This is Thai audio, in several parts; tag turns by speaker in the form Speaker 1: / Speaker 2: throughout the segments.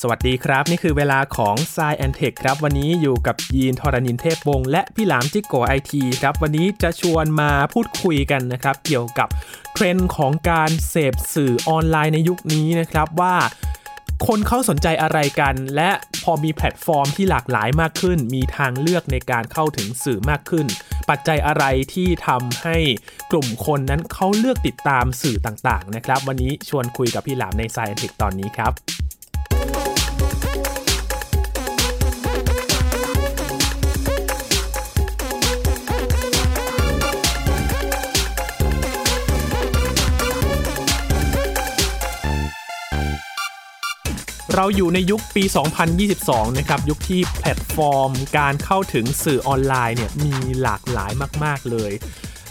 Speaker 1: สวัสดีครับ นี่คือเวลาของ s ซแอนเทคครับ วันนี้อยู่กับยีนทรณินเทพวงศ์และพี่หลามจิกโกไอทีครับ วันนี้จะชวนมาพูดคุยกันนะครับ เกี่ยวกับเทรนด์ของการเสพสื่อออนไลน์ในยุคนี้นะครับว่า คนเขาสนใจอะไรกัน และพอมีแพลตฟอร์มที่หลากหลายมากขึ้น มีทางเลือกในการเข้าถึงสื่อมากขึ้น ปัจจัยอะไรที่ทำให้กลุ่มคนนั้นเขาเลือกติดตามสื่อต่างๆนะครับ วันนี้ชวนคุยกับพี่หลามใน s ซ i e n t e c h ตอนนี้ครับ เราอยู่ในยุคปี 2022 นะครับ ยุคที่แพลตฟอร์มการเข้าถึงสื่อออนไลน์เนี่ยมีหลากหลายมาก ๆ เลย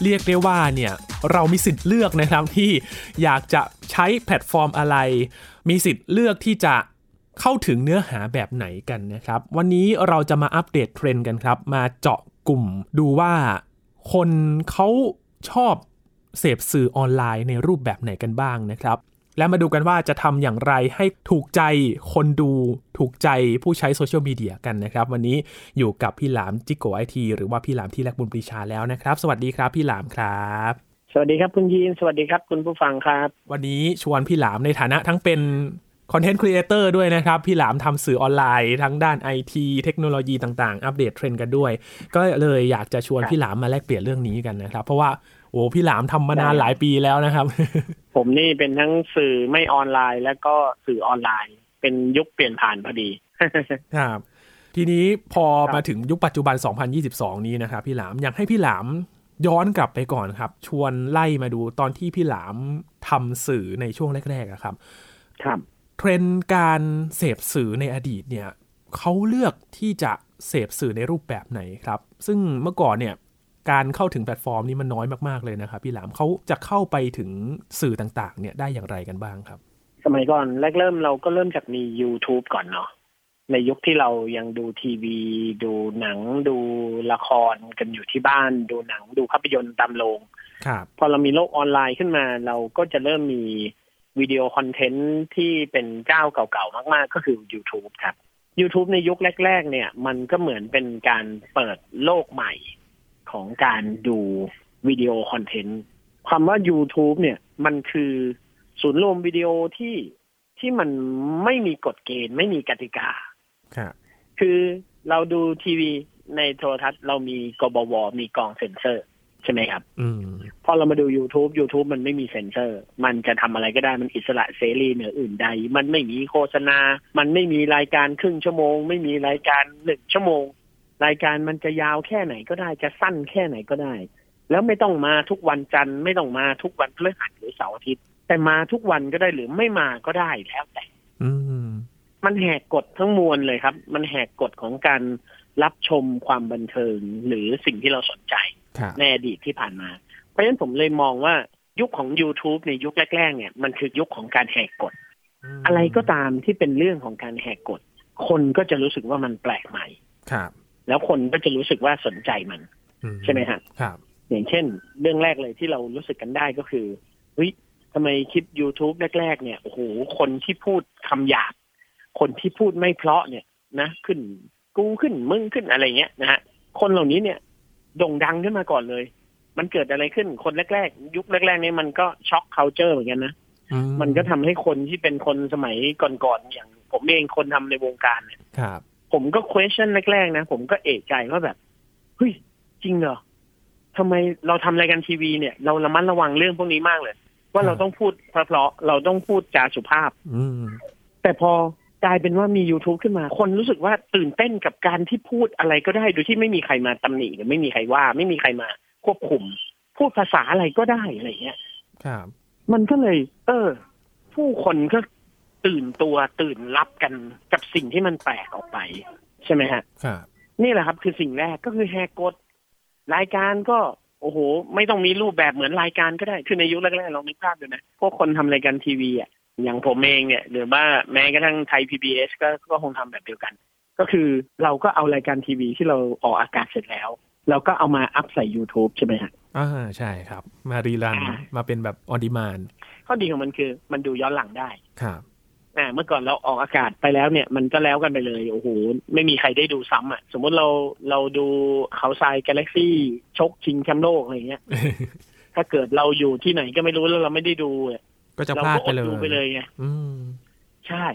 Speaker 1: เรียกได้ว่าเนี่ยเรามีสิทธิ์เลือกนะครับที่อยากจะใช้แพลตฟอร์มอะไร มีสิทธิ์เลือกที่จะเข้าถึงเนื้อหาแบบไหนกันนะครับ วันนี้เราจะมาอัปเดตเทรนด์กันครับ มาเจาะกลุ่มดูว่าคนเขาชอบเสพสื่อออนไลน์ในรูปแบบไหนกันบ้างนะครับ และมาดูกันว่าจะทำอย่างไรให้ถูกใจคนดูถูกใจผู้ใช้โซเชียลมีเดียกันนะครับ วันนี้อยู่กับพี่หลามจิโกไอทีหรือว่าพี่หลามที่รักบุญปรีชาแล้วนะครับ สวัสดีครับพี่หลามครับ
Speaker 2: สวัสดีครับคุณยีนสวัสดีครับคุณผู้ฟังครับ
Speaker 1: วันนี้ชวนพี่หลามในฐานะทั้งเป็นคอนเทนต์ครีเอเตอร์ด้วยนะครับ พี่หลามทำสื่อออนไลน์ ทั้งด้านไอทีเทคโนโลยีต่างๆ อัปเดตเทรนด์กันด้วย ก็เลยอยากจะชวน
Speaker 2: ครับ
Speaker 1: พี่หลามมาแลกเปลี่ยนเรื่องนี้กันนะครับ เพราะว่าโอ้พี่หลามทำมานา
Speaker 2: ได้
Speaker 1: นหลายปีแล้วนะครับ
Speaker 2: ผมนี่เป็นทั้งสื่อไม่ออนไลน์ แล้วก็สื่อออนไลน์ เป็นยุคเปลี่ยนผ่านพอดี
Speaker 1: ครับทีนี้พอ
Speaker 2: ครับ
Speaker 1: มาถึงยุคปัจจุบัน 2022 นี้นะครับพี่หลามอยากให้พี่หลามย้อนกลับไปก่อนครับ ชวนไล่มาดูตอนที่พี่หลามทำสื่อในช่วงแรกๆอะครับ
Speaker 2: ครับ
Speaker 1: เทรนด์การเสพสื่อในอดีตเนี่ยเขาเลือกที่จะเสพสื่อในรูปแบบไหนครับ ซึ่งเมื่อก่อนเนี่ยการเข้าถึงแพลตฟอร์มนี้มันน้อยมากๆเลยนะครับพี่หลามเขาจะเข้าไปถึงสื่อต่างๆ เนี่ยได้อย่างไรกันบ้างครับ
Speaker 2: สมัยก่อนแรกเริ่มเราก็เริ่มจากมี YouTube ก่อนเนาะในยุคที่เรายังดูทีวี ดูหนังดูละครกันอยู่ที่บ้าน ดูหนังดูภาพยนตร์ตามโรง
Speaker 1: ครับ
Speaker 2: พอเรามีโลกออนไลน์ขึ้นมา เราก็จะเริ่มมีวิดีโอคอนเทนต์ที่เป็นเจ้าเก่าๆมากๆ ก็คือ YouTube ครับ YouTube ในยุคแรก ๆ เนี่ย มันก็เหมือนเป็นการเปิดโลกใหม่ของการดูวิดีโอคอนเทนต์คำว่า YouTube เนี่ยมันคือศูนย์รวมวิดีโอที่ที่มันไม่มีกฎเกณฑ์ ไม่มีกติกา
Speaker 1: ครับ
Speaker 2: คือเราดูทีวีในโทรทัศน์ เรามีกบว มีกองเซ็นเซอร์ ใช่ไหมครับ
Speaker 1: อืม
Speaker 2: พอเรามาดู YouTube YouTube มันไม่มีเซ็นเซอร์ มันจะทำอะไรก็ได้ มันอิสระเสรีเหนืออื่นใด มันไม่มีโฆษณา มันไม่มีรายการครึ่งชั่วโมง ไม่มีรายการหนึ่งชั่วโมง รายการมันจะยาวแค่ไหนก็ได้ จะสั้นแค่ไหนก็ได้ แล้วไม่ต้องมาทุกวันจันทร์ ไม่ต้องมาทุกวันพฤหัสหรือเสาร์อาทิตย์ แต่มาทุกวันก็ได้หรือไม่มาก็ได้แล้วแต่
Speaker 1: อืม
Speaker 2: มันแหกกฎทั้งมวลเลยครับ มันแหกกฎของการรับชมความบันเทิงหรือสิ่งที่เราสนใจ
Speaker 1: ครับ
Speaker 2: ในอดีตที่ผ่านมา เพราะฉะนั้นผมเลยมองว่ายุคของ YouTube ในยุคแรก ๆ เนี่ยมันคือยุคของการแหกกฎ
Speaker 1: ม
Speaker 2: อะไรก็ตามที่เป็นเรื่องของการแหกกฎ คนก็จะรู้สึกว่ามันแปลกใหม่
Speaker 1: ครับ
Speaker 2: แล้วคนก็จะรู้สึกว่าสนใจมัน
Speaker 1: อื
Speaker 2: ใช่ไหมฮะ
Speaker 1: ครับ
Speaker 2: อย่างเช่น เรื่องแรกเลยที่เรารู้สึกกันได้ก็คือเฮ้ยทำไมคลิป YouTube แรก ๆ เนี่ยโอ้โหคนที่พูดคำหยาบคนที่พูดไม่เพราะเนี่ยนะขึ้นกูขึ้นมึงขึ้นอะไรเงี้ยนะฮะคนเหล่านี้เนี่ยโด่งดังขึ้นมาก่อนเลย มันเกิดอะไรขึ้นคนแรก ๆ ยุคแรกๆเนี่ยมันก็ช็อกเคาเจอร์เหมือนกันนะ
Speaker 1: อื
Speaker 2: มันก็ทำให้คนที่เป็นคนสมัยก่อนๆอย่าง ผมเองคนทำในวงการเนี่ย
Speaker 1: ครับ
Speaker 2: ผมก็ question แรก ๆ นะ ผมก็เอะใจว่าแบบเฮ้ยจริงเหรอทำไมเราทำรายการทีวีเนี่ย เราระมัดระวังเรื่องพวกนี้มากเลย ว่าเรา
Speaker 1: ครับ
Speaker 2: ต้องพูดเพราะๆเราต้องพูดจาสุภาพ
Speaker 1: อืม
Speaker 2: แต่พอกลายเป็นว่ามี YouTube ขึ้นมา คนรู้สึกว่าตื่นเต้นกับการที่พูดอะไรก็ได้ โดยที่ไม่มีใครมาตำหนิหรือไม่มีใครว่า ไม่มีใครมาควบคุม พูดภาษาอะไรก็ได้อะไรเงี้ย
Speaker 1: ครับ
Speaker 2: มันก็เลย เออ ผู้คนก็ตื่นตัวตื่นรับกันกับสิ่งที่มันแปลกออกไป ใช่ไหมฮะ
Speaker 1: ครับ
Speaker 2: นี่แหละครับ คือสิ่งแรกก็คือแหกกฎรายการก็ โอ้โห ไม่ต้องมีรูปแบบเหมือนรายการก็ได้ คือในยุคแรกๆลองนึกภาพดูนะ พวกคนทำรายการทีวีอ่ะอย่างผมเองเนี่ย หรือว่าแม้กระทั่งไทย PBS ก็ก็คงทำแบบเดียวกัน ก็คือเราก็เอารายการทีวีที่เราออกอากาศเสร็จแล้ว เราก็เอามาอัพใส่ YouTube ใช่ไหมฮะ
Speaker 1: อ่าใช่ครับ มารีรัน
Speaker 2: อ่า
Speaker 1: มาเป็นแบบออดิมาน
Speaker 2: ข้อดีของมันคือมันดูย้อนหลังได้
Speaker 1: ครับ
Speaker 2: อ่าเมื่อก่อนเราออกอากาศไปแล้วเนี่ย มันก็แล้วกันไปเลยโอ้โหไม่มีใครได้ดูซ้ำอ่ะ สมมติเราเราดูเขาทรายกาแล็กซี่ชกชิงแชมป์โลกอะไรเงี้ย ถ้าเกิดเราอยู่ที่ไหนก็ไม่รู้แล้วเราไม่ได้ดูอะ
Speaker 3: ก็จะ
Speaker 2: เรา
Speaker 3: พลาด
Speaker 2: ก็
Speaker 3: ไป
Speaker 2: อด
Speaker 3: เลย
Speaker 2: ดูไปเลยไง
Speaker 1: อืม
Speaker 2: ใช่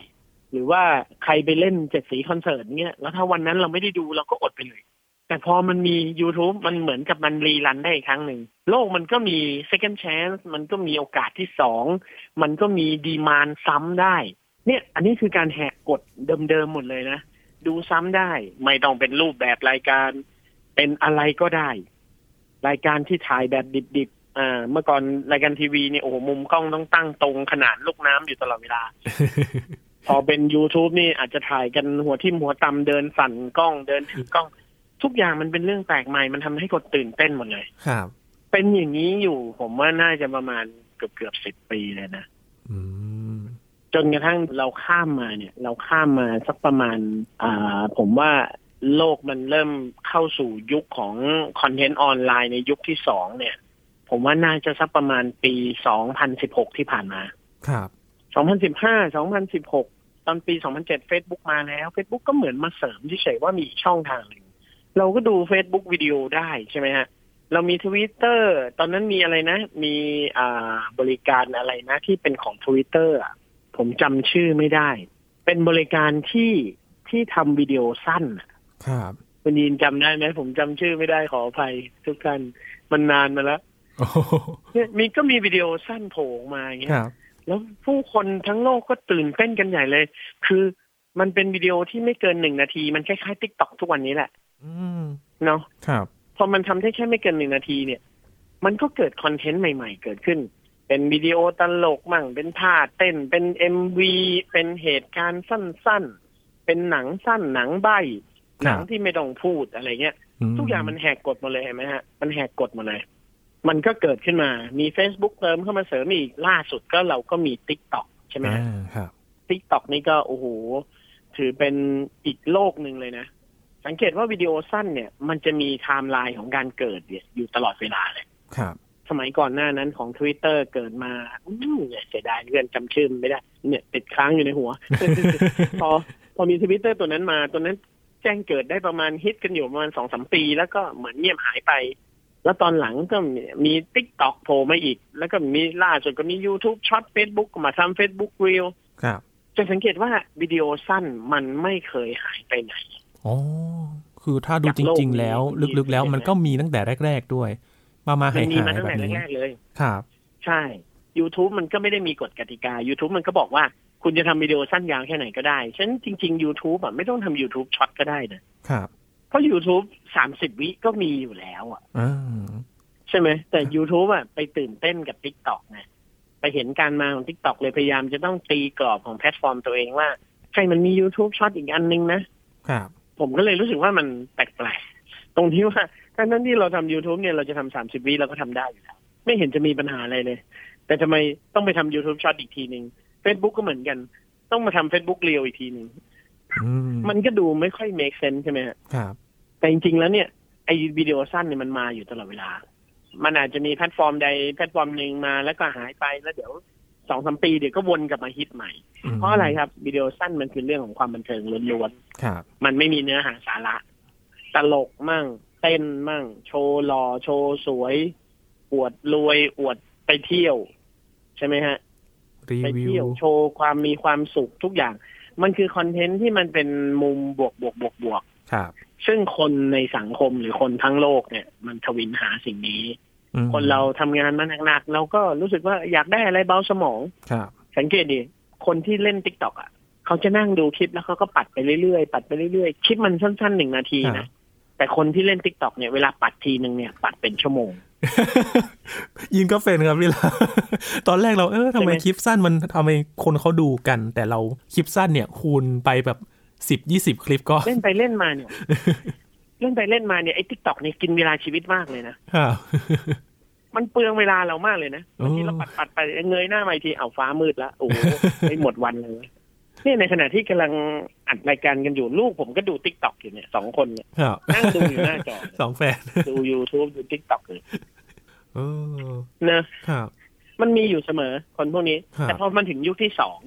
Speaker 2: หรือว่าใครไปเล่นเจ็ดสีคอนเสิร์ตเงี้ย แล้วถ้าวันนั้นเราไม่ได้ดูเราก็อดไปเลย แต่พอมันมี YouTube มันเหมือนกับมันรีรันได้อีกครั้งหนึ่ง โลกมันก็มี second chance มันก็มีโอกาสที่สอง มันก็มีดีมานซ้ำได้ เนี่ย อันนี้คือการแหกกฎเดิมๆหมดเลยนะ ดูซ้ำได้ ไม่ต้องเป็นรูปแบบรายการ เป็นอะไรก็ได้ รายการที่ถ่ายแบบดิบๆอ่าเมื่อก่อนรายการทีวีเนี่ยโอ้โหมุมกล้องต้องตั้งตรงขนาดลูกน้ำอยู่ตลอดเวลา พอเป็น YouTube นี่อาจจะถ่ายกันหัวทิ่มหัวตำเดินสั่นกล้องเดินถือกล้อง ทุกอย่างมันเป็นเรื่องแปลกใหม่ มันทำให้คนตื่นเต้นหมดเลย
Speaker 1: ครับ
Speaker 2: เป็นอย่างนี้อยู่ผมว่าน่าจะประมาณเกือบเกือบสิบปีเลยนะ
Speaker 1: อืม
Speaker 2: จนกระทั่งเราข้ามมาเนี่ย เราข้ามมาสักประมาณ อ่า ผมว่าโลกมันเริ่มเข้าสู่ยุคของคอนเทนต์ออนไลน์ในยุคที่สองเนี่ย ผมว่าน่าจะสักประมาณปีสองพันสิบหกที่ผ่านมา
Speaker 1: ครับ
Speaker 2: 2015 2016 ตอนปี 2007 Facebook มาแล้ว Facebook ก็เหมือนมาเสริมเฉยๆว่ามีอีกช่องทางหนึ่ง เราก็ดู Facebook วิดีโอได้ใช่ไหมฮะ เรามี Twitter ตอนนั้นมีอะไรนะ มีอ่าบริการอะไรนะที่เป็นของ Twitter อะผมจำชื่อไม่ได้ เป็นบริการที่ที่ทำวิดีโอสั้นอะ
Speaker 1: ครับ
Speaker 2: คุณยินจำได้ไหมผมจำชื่อไม่ได้ขออภัยทุกท่านมันนานมาแล้ว
Speaker 1: โอ้โห
Speaker 2: เนี่ยมีก็มีวิดีโอสั้นโผล่ออกมาอย่างเงี้ย
Speaker 1: ครับ
Speaker 2: แล้วผู้คนทั้งโลกก็ตื่นเต้นกันใหญ่เลย คือมันเป็นวิดีโอที่ไม่เกินหนึ่งนาที มันคล้ายๆติ๊กต็อกทุกวันนี้แหละ
Speaker 1: อืม
Speaker 2: เนาะ
Speaker 1: ครับ
Speaker 2: พอมันทำได้แค่ไม่เกินหนึ่งนาทีเนี่ย มันก็เกิดคอนเทนต์ใหม่ๆ เกิดขึ้น เป็นวิดีโอตลกมั่ง เป็นท่าเต้น เป็นเอ็มวีเป็นเหตุการณ์สั้นๆ เป็นหนังสั้นหนังใบ หนังที่ไม่ต้องพูดอะไรเงี้ย ทุกอย่างมันแหกกฎหมดเลยเห็นไหมฮะ มันแหกกฎหมดเลย มันก็เกิดขึ้นมา มี Facebook เติมเข้ามาเสริมอีก ล่าสุดก็เราก็มี t ิ k t o k ใช่ไหม
Speaker 1: อ่าค
Speaker 2: ฮะ
Speaker 1: รับ
Speaker 2: ทิกตอกนี่ก็โอ้โหถือเป็นอีกโลกหนึ่งเลยนะ สังเกตว่าวิดีโอสั้นเนี่ย มันจะมีไทม์ไลน์ของการเกิดเนี่ยอยู่ตลอดเวลาเลย
Speaker 1: ครับ
Speaker 2: สมัยก่อนหน้านั้นของ Twitter เกิดมาอื้อเนี่ยเสียดายเพื่อนจำชื่อมันไม่ได้ เนี่ยติดค้างอยู่ในหัว พอพอมีทวิตเตอร์ตัวนั้นมา ตัวนั้นแจ้งเกิดได้ประมาณฮิตกันอยู่ประมาณสองสามปี แล้วก็เหมือนเงียบหายไป แล้วตอนหลังก็มีติ๊กต็อกโผล่มาอีก แล้วก็มีล่าสุดก็มี YouTube ช็อต Facebook ก็มาทำ Facebook Reel
Speaker 1: ครับ
Speaker 2: จะสังเกตว่าวิดีโอสั้นมันไม่เคยหายไปไหน
Speaker 1: อ๋อคือถ้าดูจริง ๆ แล้ว
Speaker 2: จากโลกนี้
Speaker 1: ลึกๆแล้วมันก็มีตั้งแต่แรก ๆด้วย มามาหายหาม
Speaker 2: มีาย ตั้ง
Speaker 1: แบ
Speaker 2: แต่
Speaker 1: บนี้
Speaker 2: แรกๆเลย
Speaker 1: ครับ
Speaker 2: ใช่ YouTube มันก็ไม่ได้มีกฎกติกา YouTube มันก็บอกว่าคุณจะทำวิดีโอสั้นยาวแค่ไหนก็ได้ ฉะนั้นจริง ๆ YouTube อ่ะไม่ต้องทำ YouTube ช็อตก็ได้นะครับเพราะ YouTube 30 วิก็มีอยู่แล้วอ่ะ
Speaker 1: อ่า
Speaker 2: ใช่ไหม แต่ YouTube อ่ะไปตื่นเต้นกับ TikTok นะไปเห็นการมาของ TikTok เลยพยายามจะต้องตีกรอบของแพลตฟอร์มตัวเองว่าใช่มันมี YouTube ช็อตอีกอันนึงนะ
Speaker 1: ครับ
Speaker 2: ผมก็เลยรู้สึกว่ามันแปลกๆ ตรงที่ว่าทั้งนั้นที่เราทำ YouTube เนี่ยเราจะทำสามสิบวิเราก็ทำได้อยู่แล้ว ไม่เห็นจะมีปัญหาอะไรเลย แต่ทำไมต้องไปทำ YouTube ช็อตอีกทีหนึ่ง Facebook ก็เหมือนกัน ต้องมาทำ Facebook เรียวอีกทีหนึ่ง
Speaker 1: อืม
Speaker 2: มันก็ดูไม่ค่อย make sense ใช่ไหมฮะ
Speaker 1: ครับ
Speaker 2: แต่จริงๆ แล้วเนี่ยไอ้วิดีโอสั้นเนี่ยมันมาอยู่ตลอดเวลา มันอาจจะมีแพลตฟอร์มใดแพลตฟอร์มหนึ่งมาแล้วก็หายไปแล้วเดี๋ยวสองสามปีเดี๋ยวก็วนกลับมาฮิตใหม่ เพราะอะไรครับวิดีโอสั้นมันคือเรื่องของความบันเทิงล้วนๆ
Speaker 1: ครับ
Speaker 2: มันไม่มีเนื้อหาสาระ ตลกมั่ง เต้นมั่ง โชว์หล่อโชว์สวย อวดรวย อวดไปเที่ยว ใช่ไหมฮะ
Speaker 1: รี
Speaker 2: ไป
Speaker 1: วิ
Speaker 2: เที่ยว
Speaker 1: ว
Speaker 2: โชว์ความมีความสุขทุกอย่าง มันคือคอนเทนต์ที่มันเป็นมุมบวกบวกบวกบวก
Speaker 1: ครับ
Speaker 2: ซึ่งคนในสังคมหรือคนทั้งโลกเนี่ย มันทวินหาสิ่งนี้
Speaker 1: อืม
Speaker 2: คนเราทำงานมาหนักๆเราก็รู้สึกว่าอยากได้อะไรเบาสมอง
Speaker 1: ครับ
Speaker 2: สังเกตดิ คนที่เล่นติ๊กต็อกอ่ะ เขาจะนั่งดูคลิปแล้วเขาก็ปัดไปเรื่อยๆ ปัดไปเรื่อยๆ คลิปมันสั้นๆหนึ่งนาที
Speaker 1: ครั
Speaker 2: นะ
Speaker 1: บ
Speaker 2: แต่คนที่เล่นติ๊กต็อกเนี่ยเวลาปัดทีหนึ่งเนี่ยปัดเป็นชั่วโมง
Speaker 1: ยินก็เป็นครับพี่ลา ตอนแรกเราเออทำไม
Speaker 2: ใช่ไหม
Speaker 1: คลิปสั้นมันทำไมคนเขาดูกัน แต่เราคลิปสั้นเนี่ยคูณไปแบบสิบยี่สิบคลิปก็
Speaker 2: เล่นไปเล่นมา เนี่ย เล่นไปเล่นมาเนี่ยไอ้ติ๊กต็อกเนี่ยกินเวลาชีวิตมากเลยนะ
Speaker 1: ครับ
Speaker 2: มันเปลืองเวลาเรามากเลยนะ
Speaker 1: โอ้
Speaker 2: บางทีเราปัดปัดๆไปเงยหน้ามาอีกทีเอาฟ้ามืดละโอ้โห ไม่หมดวันเลยเนี่ยในขณะที่กำลังอัดรายการกันอยู่ลูกผมก็ดูติ๊กต็อกอยู่เนี่ยสองคนเนี่ย
Speaker 1: ครับ
Speaker 2: นั่งดูอยู่หน้าจอเลย
Speaker 1: สองแฟน
Speaker 2: ดูยูทูบดูติ๊กต็อกเลย
Speaker 1: เออ
Speaker 2: นะ
Speaker 1: ครับ
Speaker 2: มันมีอยู่เสมอคนพวกนี้
Speaker 1: ครับ
Speaker 2: แต่พอมันถึงยุคที่สอง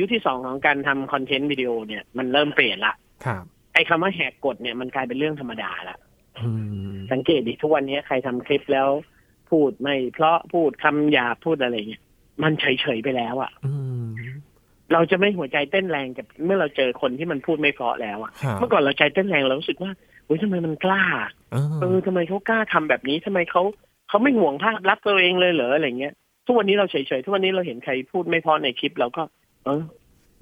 Speaker 2: ยุคที่สองของการทำคอนเทนต์วิดีโอเนี่ยมันเริ่มเปลี่ยนละ
Speaker 1: ครับ
Speaker 2: ไอ้คำว่าแหกกฎเนี่ยมันกลายเป็นเรื่องธรรมดาละ
Speaker 1: อืม
Speaker 2: สังเกตดิทุกวันนี้ใครทำคลิปแล้ว พูดไม่เพราะพูดคำหยาบพูดอะไรเงี้ยมันเฉยๆไปแล้วอะ
Speaker 1: อืม
Speaker 2: เราจะไม่หัวใจเต้นแรงกับเมื่อเราเจอคนที่มันพูดไม่เพราะแล้วอะ
Speaker 1: ครับ
Speaker 2: เมื่อก่อนเราใจเต้นแรงเรารู้สึกว่าเฮ้ยทำไมมันกล้า
Speaker 1: เอ
Speaker 2: เอ
Speaker 1: อ
Speaker 2: อทำไมเขากล้าทำแบบนี้ทำไมเขาเขาไม่ห่วงภาพลักษณ์ตัวเองเลยเหรออะไรเงี้ยทุกวันนี้เราเฉยๆทุกวันนี้เราเห็นใครพูดไม่เพราะในคลิปเราก็ เออ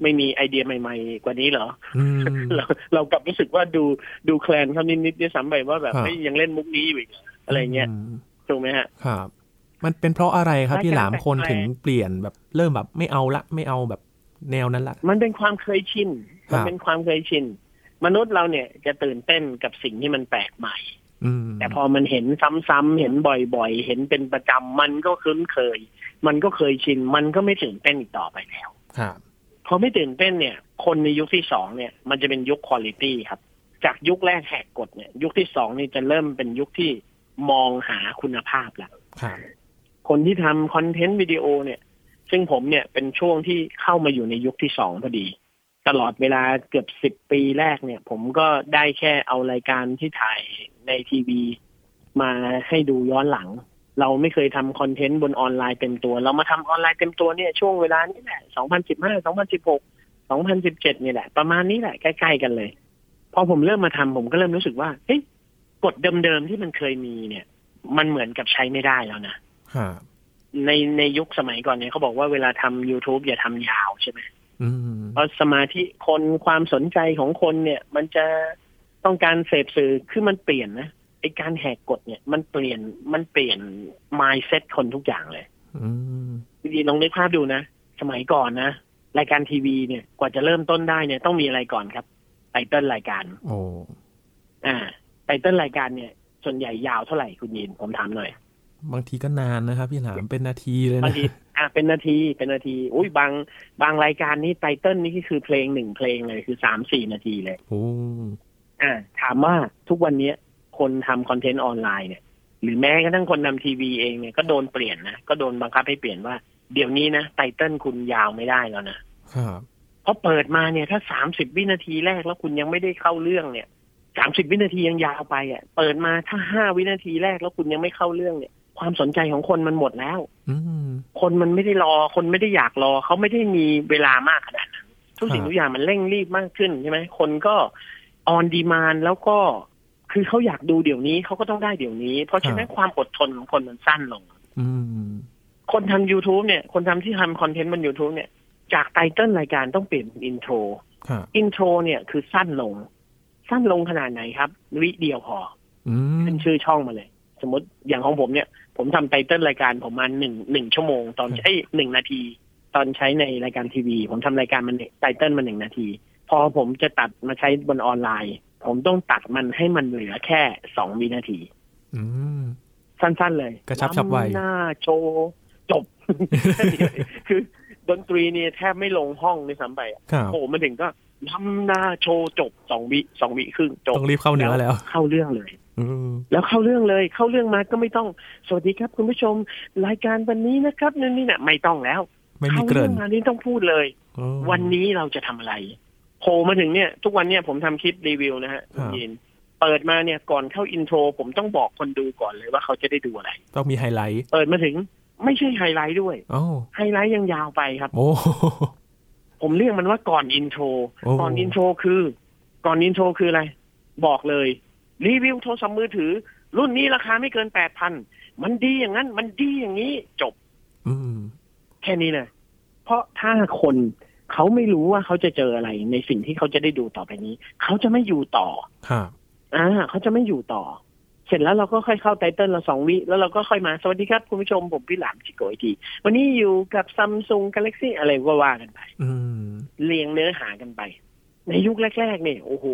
Speaker 2: ไม่มีไอเดียใหม่ ๆ กว่านี้เหรอ
Speaker 1: อืม
Speaker 2: เราเรากลับรู้สึกว่าดูดูแคลนเขานิดๆด้วยซ้ำไปว่าแบบ
Speaker 1: ฮะ
Speaker 2: เฮ้ยยังเล่นมุกนี้อยู่อีกเหรออะไรเงี้ย
Speaker 1: ม
Speaker 2: ถูกไหมฮะ
Speaker 1: ครับ มันเป็นเพราะอะไรครับ
Speaker 2: รายการ
Speaker 1: พี่หลามคน
Speaker 2: แปลกๆ
Speaker 1: ถึงเปลี่ยนแบบเริ่มแบบไม่เอาละไม่เอาแบบแนวนั้นละ
Speaker 2: มันเป็นความเคยชิน
Speaker 1: ครับ
Speaker 2: มันเป็นความเคยชิน มนุษย์เราเนี่ยจะตื่นเต้นกับสิ่งที่มันแปลกใหม่
Speaker 1: อืม
Speaker 2: แต่พอมันเห็นซ้ำๆเห็นบ่อยๆ เห็นเป็นประจำมันก็คุ้นเคย มันก็เคยชิน มันก็ไม่ตื่นเต้นอีกต่อไปแล้ว
Speaker 1: ครับ
Speaker 2: พอไม่ตื่นเต้นเนี่ย คนในยุคที่สองเนี่ย มันจะเป็นยุคคุณภาพครับ จากยุคแรกแหกกฎเนี่ย ยุคที่สองนี่จะเริ่มเป็นยุคที่มองหาคุณภาพละ
Speaker 1: ครับ
Speaker 2: คนที่ทำคอนเทนต์วิดีโอเนี่ย ซึ่งผมเนี่ยเป็นช่วงที่เข้ามาอยู่ในยุคที่สองพอดี ตลอดเวลาเกือบสิบ10 ปีแรกเนี่ย ผมก็ได้แค่เอารายการที่ถ่ายในทีวี มาให้ดูย้อนหลัง เราไม่เคยทำคอนเทนต์บนออนไลน์เต็มตัว เรามาทำออนไลน์เต็มตัวเนี่ยช่วงเวลานี้แหละ2015 2016 2017เนี่ยแหละ ประมาณนี้แหละใกล้ๆกันเลย พอผมเริ่มมาทำผมก็เริ่มรู้สึกว่าเฮ้ยกฎเดิมๆที่มันเคยมีเนี่ย มันเหมือนกับใช้ไม่ได้แล้วนะ
Speaker 1: ครับ
Speaker 2: ในในยุคสมัยก่อนเนี่ยเขาบอกว่าเวลาทำ YouTube อย่าทำยาวใช่ไหม
Speaker 1: อืม
Speaker 2: เพราะสมาธิคนความสนใจของคนเนี่ย มันจะต้องการเสพสื่อคือมันเปลี่ยนนะไอการแหกกฎเนี่ยมันเปลี่ยนมันเปลี่ยน mindset คนทุกอย่างเลย
Speaker 1: อืม
Speaker 2: ดีๆลองนึกภาพดูนะ สมัยก่อนนะรายการทีวีเนี่ยกว่าจะเริ่มต้นได้เนี่ยต้องมีอะไรก่อนครับไตเติ้ลรายการ
Speaker 1: โอ้
Speaker 2: อ่าไตเติ้ลรายการเนี่ย ส่วนใหญ่ยาวเท่าไหร่คุณยินผมถามหน่อย
Speaker 1: บางทีก็นานนะครับพี่หลามเป็นนาทีเลย
Speaker 2: บาง
Speaker 1: นะ
Speaker 2: ทีอ่ะเป็นนาที เป็นนาที อุ้ยบางบางรายการนี่ไตเติ้ลนี่คือเพลงหนึ่งเพลงเลยคือสามสี่นาทีเลย
Speaker 1: โอ้
Speaker 2: อ่า ถามว่าทุกวันนี้คนทำคอนเทนต์ออนไลน์เนี่ย หรือแม้กระทั่งคนทำทีวีเองเนี่ยก็โดนเปลี่ยนนะ ก็โดนบังคับให้เปลี่ยนว่า เดี๋ยวนี้นะไตเติ้ลคุณยาวไม่ได้แล้วนะ
Speaker 1: ครับ
Speaker 2: เพราะเปิดมาเนี่ยถ้าสามสิบวินาทีแรกแล้วคุณยังไม่ได้เข้าเรื่องเนี่ยสามสิบวินาทียังยาวไปอ่ะ เปิดมาถ้าห้าวินาทีแรกแล้วคุณยังไม่เข้าเรื่องเนี่ย ความสนใจของคนมันหมดแล้ว
Speaker 1: อืม
Speaker 2: คนมันไม่ได้รอ คนไม่ได้อยากรอ เขาไม่ได้มีเวลามากขนาดนั้น ทุกสิ่ง
Speaker 1: ครับ
Speaker 2: ทุกอย่างมันเร่งรีบมากขึ้นใช่ไหม คนก็ออนดีมานแล้วก็ คือเขาอยากดูเดี๋ยวนี้ เขาก็ต้องได้เดี๋ยวนี้ เพราะฉะนั้นความอดทนของคนมันสั้นลง
Speaker 1: อืม
Speaker 2: คนทำ YouTube เนี่ย คนทำที่ทำคอนเทนต์บน YouTube เนี่ย จากไตเติ้ลรายการต้องเปลี่ยนเป็นอินโทร
Speaker 1: ครับ
Speaker 2: อินโทรเนี่ยคือสั้นลง สั้นลงขนาดไหนครับวิเดียวพอ
Speaker 1: อืม
Speaker 2: ขึ้นชื่อช่องมาเลย สมมติอย่างของผมเนี่ย ผมทำไตเติ้ลรายการผมมาหนึ่งหนึ่งชั่วโมง ตอนใช้หนึ่งนาที ตอนใช้ในรายการทีวี ผมทำรายการมันไตเติ้ลมันหนึ่งนาที พอผมจะตัดมาใช้บนออนไลน์ ผมต้องตัดมันให้มันเหลือแค่สองวินาที
Speaker 1: อืม
Speaker 2: สั้นๆเลย
Speaker 1: กระชับฉับไว
Speaker 2: ล้ำหน้าโชว์จบ คือดนตรีเนี่ยแทบไม่ลงห้องเลยซ้ำไปอะ
Speaker 1: ครับ
Speaker 2: โอ้โหมันถึงก็ล้ำหน้าโชว์จบสองวิสองวิครึ่งจบ
Speaker 1: ต้องรีบเข้าเนื้อแล้ว
Speaker 2: เข้าเรื่องเลย
Speaker 1: อืม
Speaker 2: แล้วเข้าเรื่องเลย เข้าเรื่องมาก็ไม่ต้อง สวัสดีครับคุณผู้ชม รายการวันนี้นะครับนั่นนี่นะไม่ต้องแล้ว
Speaker 1: ไม่มี
Speaker 2: เข้า
Speaker 1: เกริ่
Speaker 2: เรื่อนงมานี่ต้องพูดเลย
Speaker 1: โอ้
Speaker 2: วันนี้เราจะทำอะไรโผล่มาถึงเนี่ย ทุกวันเนี่ยผมทำคลิปรีวิวนะฮะ
Speaker 1: ครับ
Speaker 2: ยินเปิดมาเนี่ยก่อนเข้าอินโทร ผมต้องบอกคนดูก่อนเลยว่าเขาจะได้ดูอะไร
Speaker 1: ต้องมีไฮไลท์
Speaker 2: เปิดมาถึงไม่ใช่ไฮไลท์ด้วย
Speaker 1: โอ้
Speaker 2: ไฮไลท์ยังยาวไปครับ
Speaker 1: โอ้
Speaker 2: ผมเรียกมันว่าก่อนอินโทร
Speaker 1: โอ้
Speaker 2: ก่อนอินโทรคือ ก่อนอินโทรคืออะไร บอกเลย รีวิวโทรศัพท์มือถือ รุ่นนี้ราคาไม่เกินแปดพันมันดีอย่างนั้น มันดีอย่างนี้จบ
Speaker 1: อืม
Speaker 2: แค่นี้เลยเพราะถ้าคนเขาไม่รู้ว่าเขาจะเจออะไรในสิ่งที่เขาจะได้ดูต่อไปนี้ เขาจะไม่อยู่ต่อ
Speaker 1: ครับ
Speaker 2: อ่าเขาจะไม่อยู่ต่อ เสร็จแล้วเราก็ค่อยเข้าไตเติ้ลเราสองวิ แล้วเราก็ค่อยมา สวัสดีครับ คุณผู้ชมผมพี่หลามชิโกะอีกทีวันนี้อยู่กับซัมซุงกาแล็กซี่อะไรก็ว่ากันไป
Speaker 1: อืม
Speaker 2: เรียงเนื้อหากันไป ในยุคแรกๆเนี่ยโอ้โห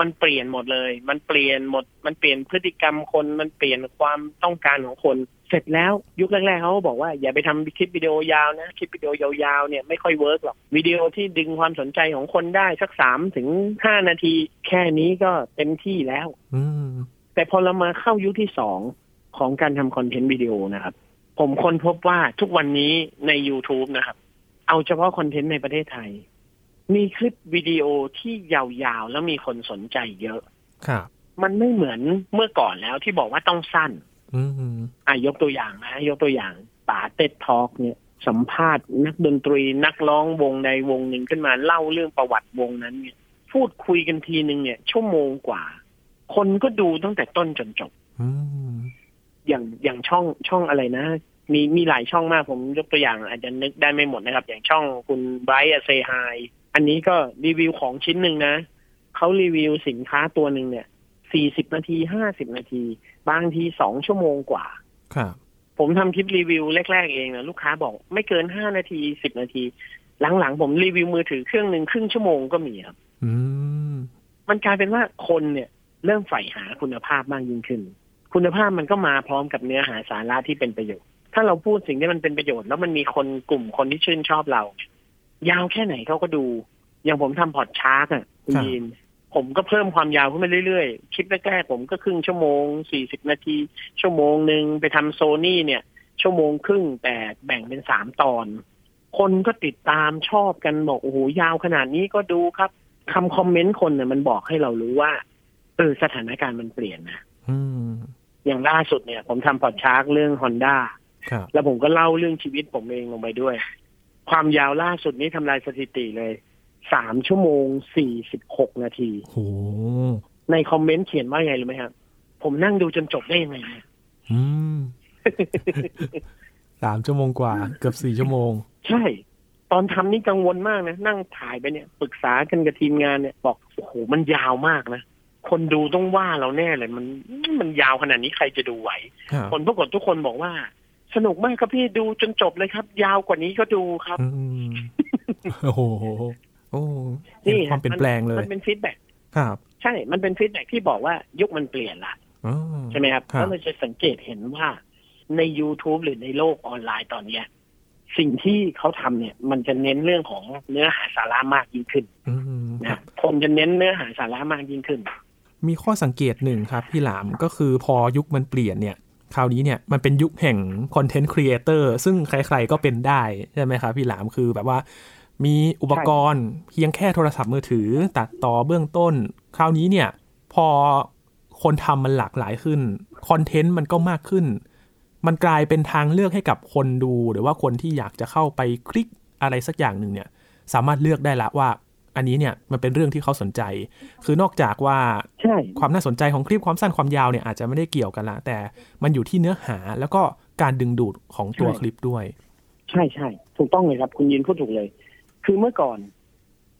Speaker 2: มันเปลี่ยนหมดเลย มันเปลี่ยนหมด มันเปลี่ยนพฤติกรรมคน มันเปลี่ยนความต้องการของคน เสร็จแล้วยุคแรกๆเขาก็บอกว่าอย่าไปทำคลิปวิดีโอยาวนะ คลิปวิดีโอยาวๆเนี่ยไม่ค่อยเวิร์กหรอก วิดีโอที่ดึงความสนใจของคนได้สักสามถึงห้านาที แค่นี้ก็เต็มที่แล้ว
Speaker 1: อืม
Speaker 2: แต่พอเรามาเข้ายุคที่สองของการทำคอนเทนต์วิดีโอนะครับ ผมค้นพบว่าทุกวันนี้ใน YouTube นะครับ เอาเฉพาะคอนเทนต์ในประเทศไทย มีคลิปวิดีโอที่ยาวๆ แล้วมีคนสนใจเยอะ
Speaker 1: ครับ
Speaker 2: มันไม่เหมือนเมื่อก่อนแล้วที่บอกว่าต้องสั้น
Speaker 1: อืม
Speaker 2: อ่ะยกตัวอย่างนะ ยกตัวอย่างป๋าเต็ดทอกเนี่ย สัมภาษณ์นักดนตรีนักร้องวงใดวงหนึ่งขึ้นมาเล่าเรื่องประวัติวงนั้นเนี่ย พูดคุยกันทีหนึ่งเนี่ย ชั่วโมงกว่า คนก็ดูตั้งแต่ต้นจนจบ
Speaker 1: อืม
Speaker 2: อย่างอย่างช่องช่องอะไรนะ มีมีหลายช่องมากผมยกตัวอย่างอาจจะนึกได้ไม่หมดนะครับ อย่างช่องคุณไบรท์เซไฮอันนี้ก็รีวิวของชิ้นหนึ่งนะเขารีวิวสินค้าตัวหนึ่งเนี่ยสี่สิบนาทีห้าสิบนาที บางทีสองชั่วโมงกว่า
Speaker 1: ครับ
Speaker 2: ผมทำคลิปรีวิวแรก ๆ เองนะลูกค้าบอกไม่เกินห้านาทีสิบนาที หลังๆ ผมรีวิวมือถือเครื่องหนึ่งครึ่งชั่วโมงก็มีครับ
Speaker 1: อืม
Speaker 2: มันกลายเป็นว่าคนเนี่ย เริ่มใฝ่หาคุณภาพมากยิ่งขึ้น คุณภาพมันก็มาพร้อมกับเนื้อหาสาระที่เป็นประโยชน์ ถ้าเราพูดสิ่งที่มันเป็นประโยชน์ แล้วมันมีคนกลุ่มคนที่ชื่นชอบเรา ยาวแค่ไหนเขาก็ดู อย่างผมทำพอดชาร์กอ่ะคุณยีนผมก็เพิ่มความยาวขึ้นมาเรื่อยๆ คลิปแรกๆผมก็ครึ่งชั่วโมงสี่สิบนาที ชั่วโมงหนึ่งไปทำโซนี่เนี่ย ชั่วโมงครึ่งแต่แบ่งเป็นสามตอน คนก็ติดตามชอบกันบอกโอ้โหยาวขนาดนี้ก็ดูครับ คำคอมเมนต์คนเนี่ยมันบอกให้เรารู้ว่าเออสถานการณ์มันเปลี่ยนนะ
Speaker 1: อืม
Speaker 2: อย่างล่าสุดเนี่ย ผมทำพอดชาร์กเรื่อง Honda
Speaker 1: ครับ
Speaker 2: แล้วผมก็เล่าเรื่องชีวิตผมเองลงไปด้วย ความยาวล่าสุดนี้ทำลายสถิติเลยสามชั่วโมงสี่สิบหกนาที
Speaker 1: โห
Speaker 2: ในคอมเมนต์เขียนว่าไงรู้ไหมครับ ผมนั่งดูจนจบได้ยังไงนะ
Speaker 1: อืมสามชั่วโมงกว่า เกือบสี่ชั่วโมง
Speaker 2: ใช่ ตอนทำนี่กังวลมากนะ นั่งถ่ายไปเนี่ยปรึกษากันกับทีมงานเนี่ย บอกโอ้โหมันยาวมากนะ คนดูต้องว่าเราแน่เลย มันมันยาวขนาดนี้ใครจะดูไหว
Speaker 1: ครับ
Speaker 2: ผลปรากฏทุกคนบอกว่า สนุกมากครับพี่ดูจนจบเลยครับ ยาวกว่านี้ก็ดูครับ
Speaker 1: อืมโอ้โหโอ้เห็นความเปลี่ยนแปลงเล
Speaker 2: มั
Speaker 1: ย
Speaker 2: นเป็นฟีดแบ็ก
Speaker 1: ครับ
Speaker 2: ใช่ มันเป็นฟีดแบ็กที่บอกว่ายุคมันเปลี่ยนละ
Speaker 1: อ๋อ
Speaker 2: ใช่ไหมครับ
Speaker 1: ครับ
Speaker 2: แล้วเราจะสังเกตเห็นว่าใน YouTube หรือในโลกออนไลน์ตอนเนี้ย สิ่งที่เขาทำเนี่ย มันจะเน้นเรื่องของเนื้อหาสาระมากยิ่งขึ้น
Speaker 1: อืมครับ
Speaker 2: นะคนจะเน้นเนื้อหาสาระมากยิ่งขึ้น
Speaker 1: มีข้อสังเกตหนึ่งครับพี่หลามก็คือพอยุคมันเปลี่ยนเนี่ย คราวนี้เนี่ยมันเป็นยุคแห่งคอนเทนต์ครีเอเตอร์ซึ่งใครๆก็เป็นได้ใช่ไหมครับพี่หลามคือแบบว่า มีอุปกรณ์เพียงแค่โทรศัพท์มือถือตัดต่อเบื้องต้น คราวนี้เนี่ย พอคนทำมันหลากหลายขึ้นคอนเทนต์มันก็มากขึ้น มันกลายเป็นทางเลือกให้กับคนดู หรือว่าคนที่อยากจะเข้าไปคลิกอะไรสักอย่างหนึ่งเนี่ย สามารถเลือกได้ละว่า อันนี้เนี่ยมันเป็นเรื่องที่เขาสนใจ คือนอกจากว่า
Speaker 2: ใช่
Speaker 1: ความน่าสนใจของคลิปความสั้นความยาวเนี่ยอาจจะไม่ได้เกี่ยวกันละแต่มันอยู่ที่เนื้อหาแล้วก็การดึงดูดของตัว
Speaker 2: ใช่
Speaker 1: คลิปด้วย
Speaker 2: ใช่ใช่ถูกต้องเลยครับ คุณยินพูดถูกเลย คือเมื่อก่อน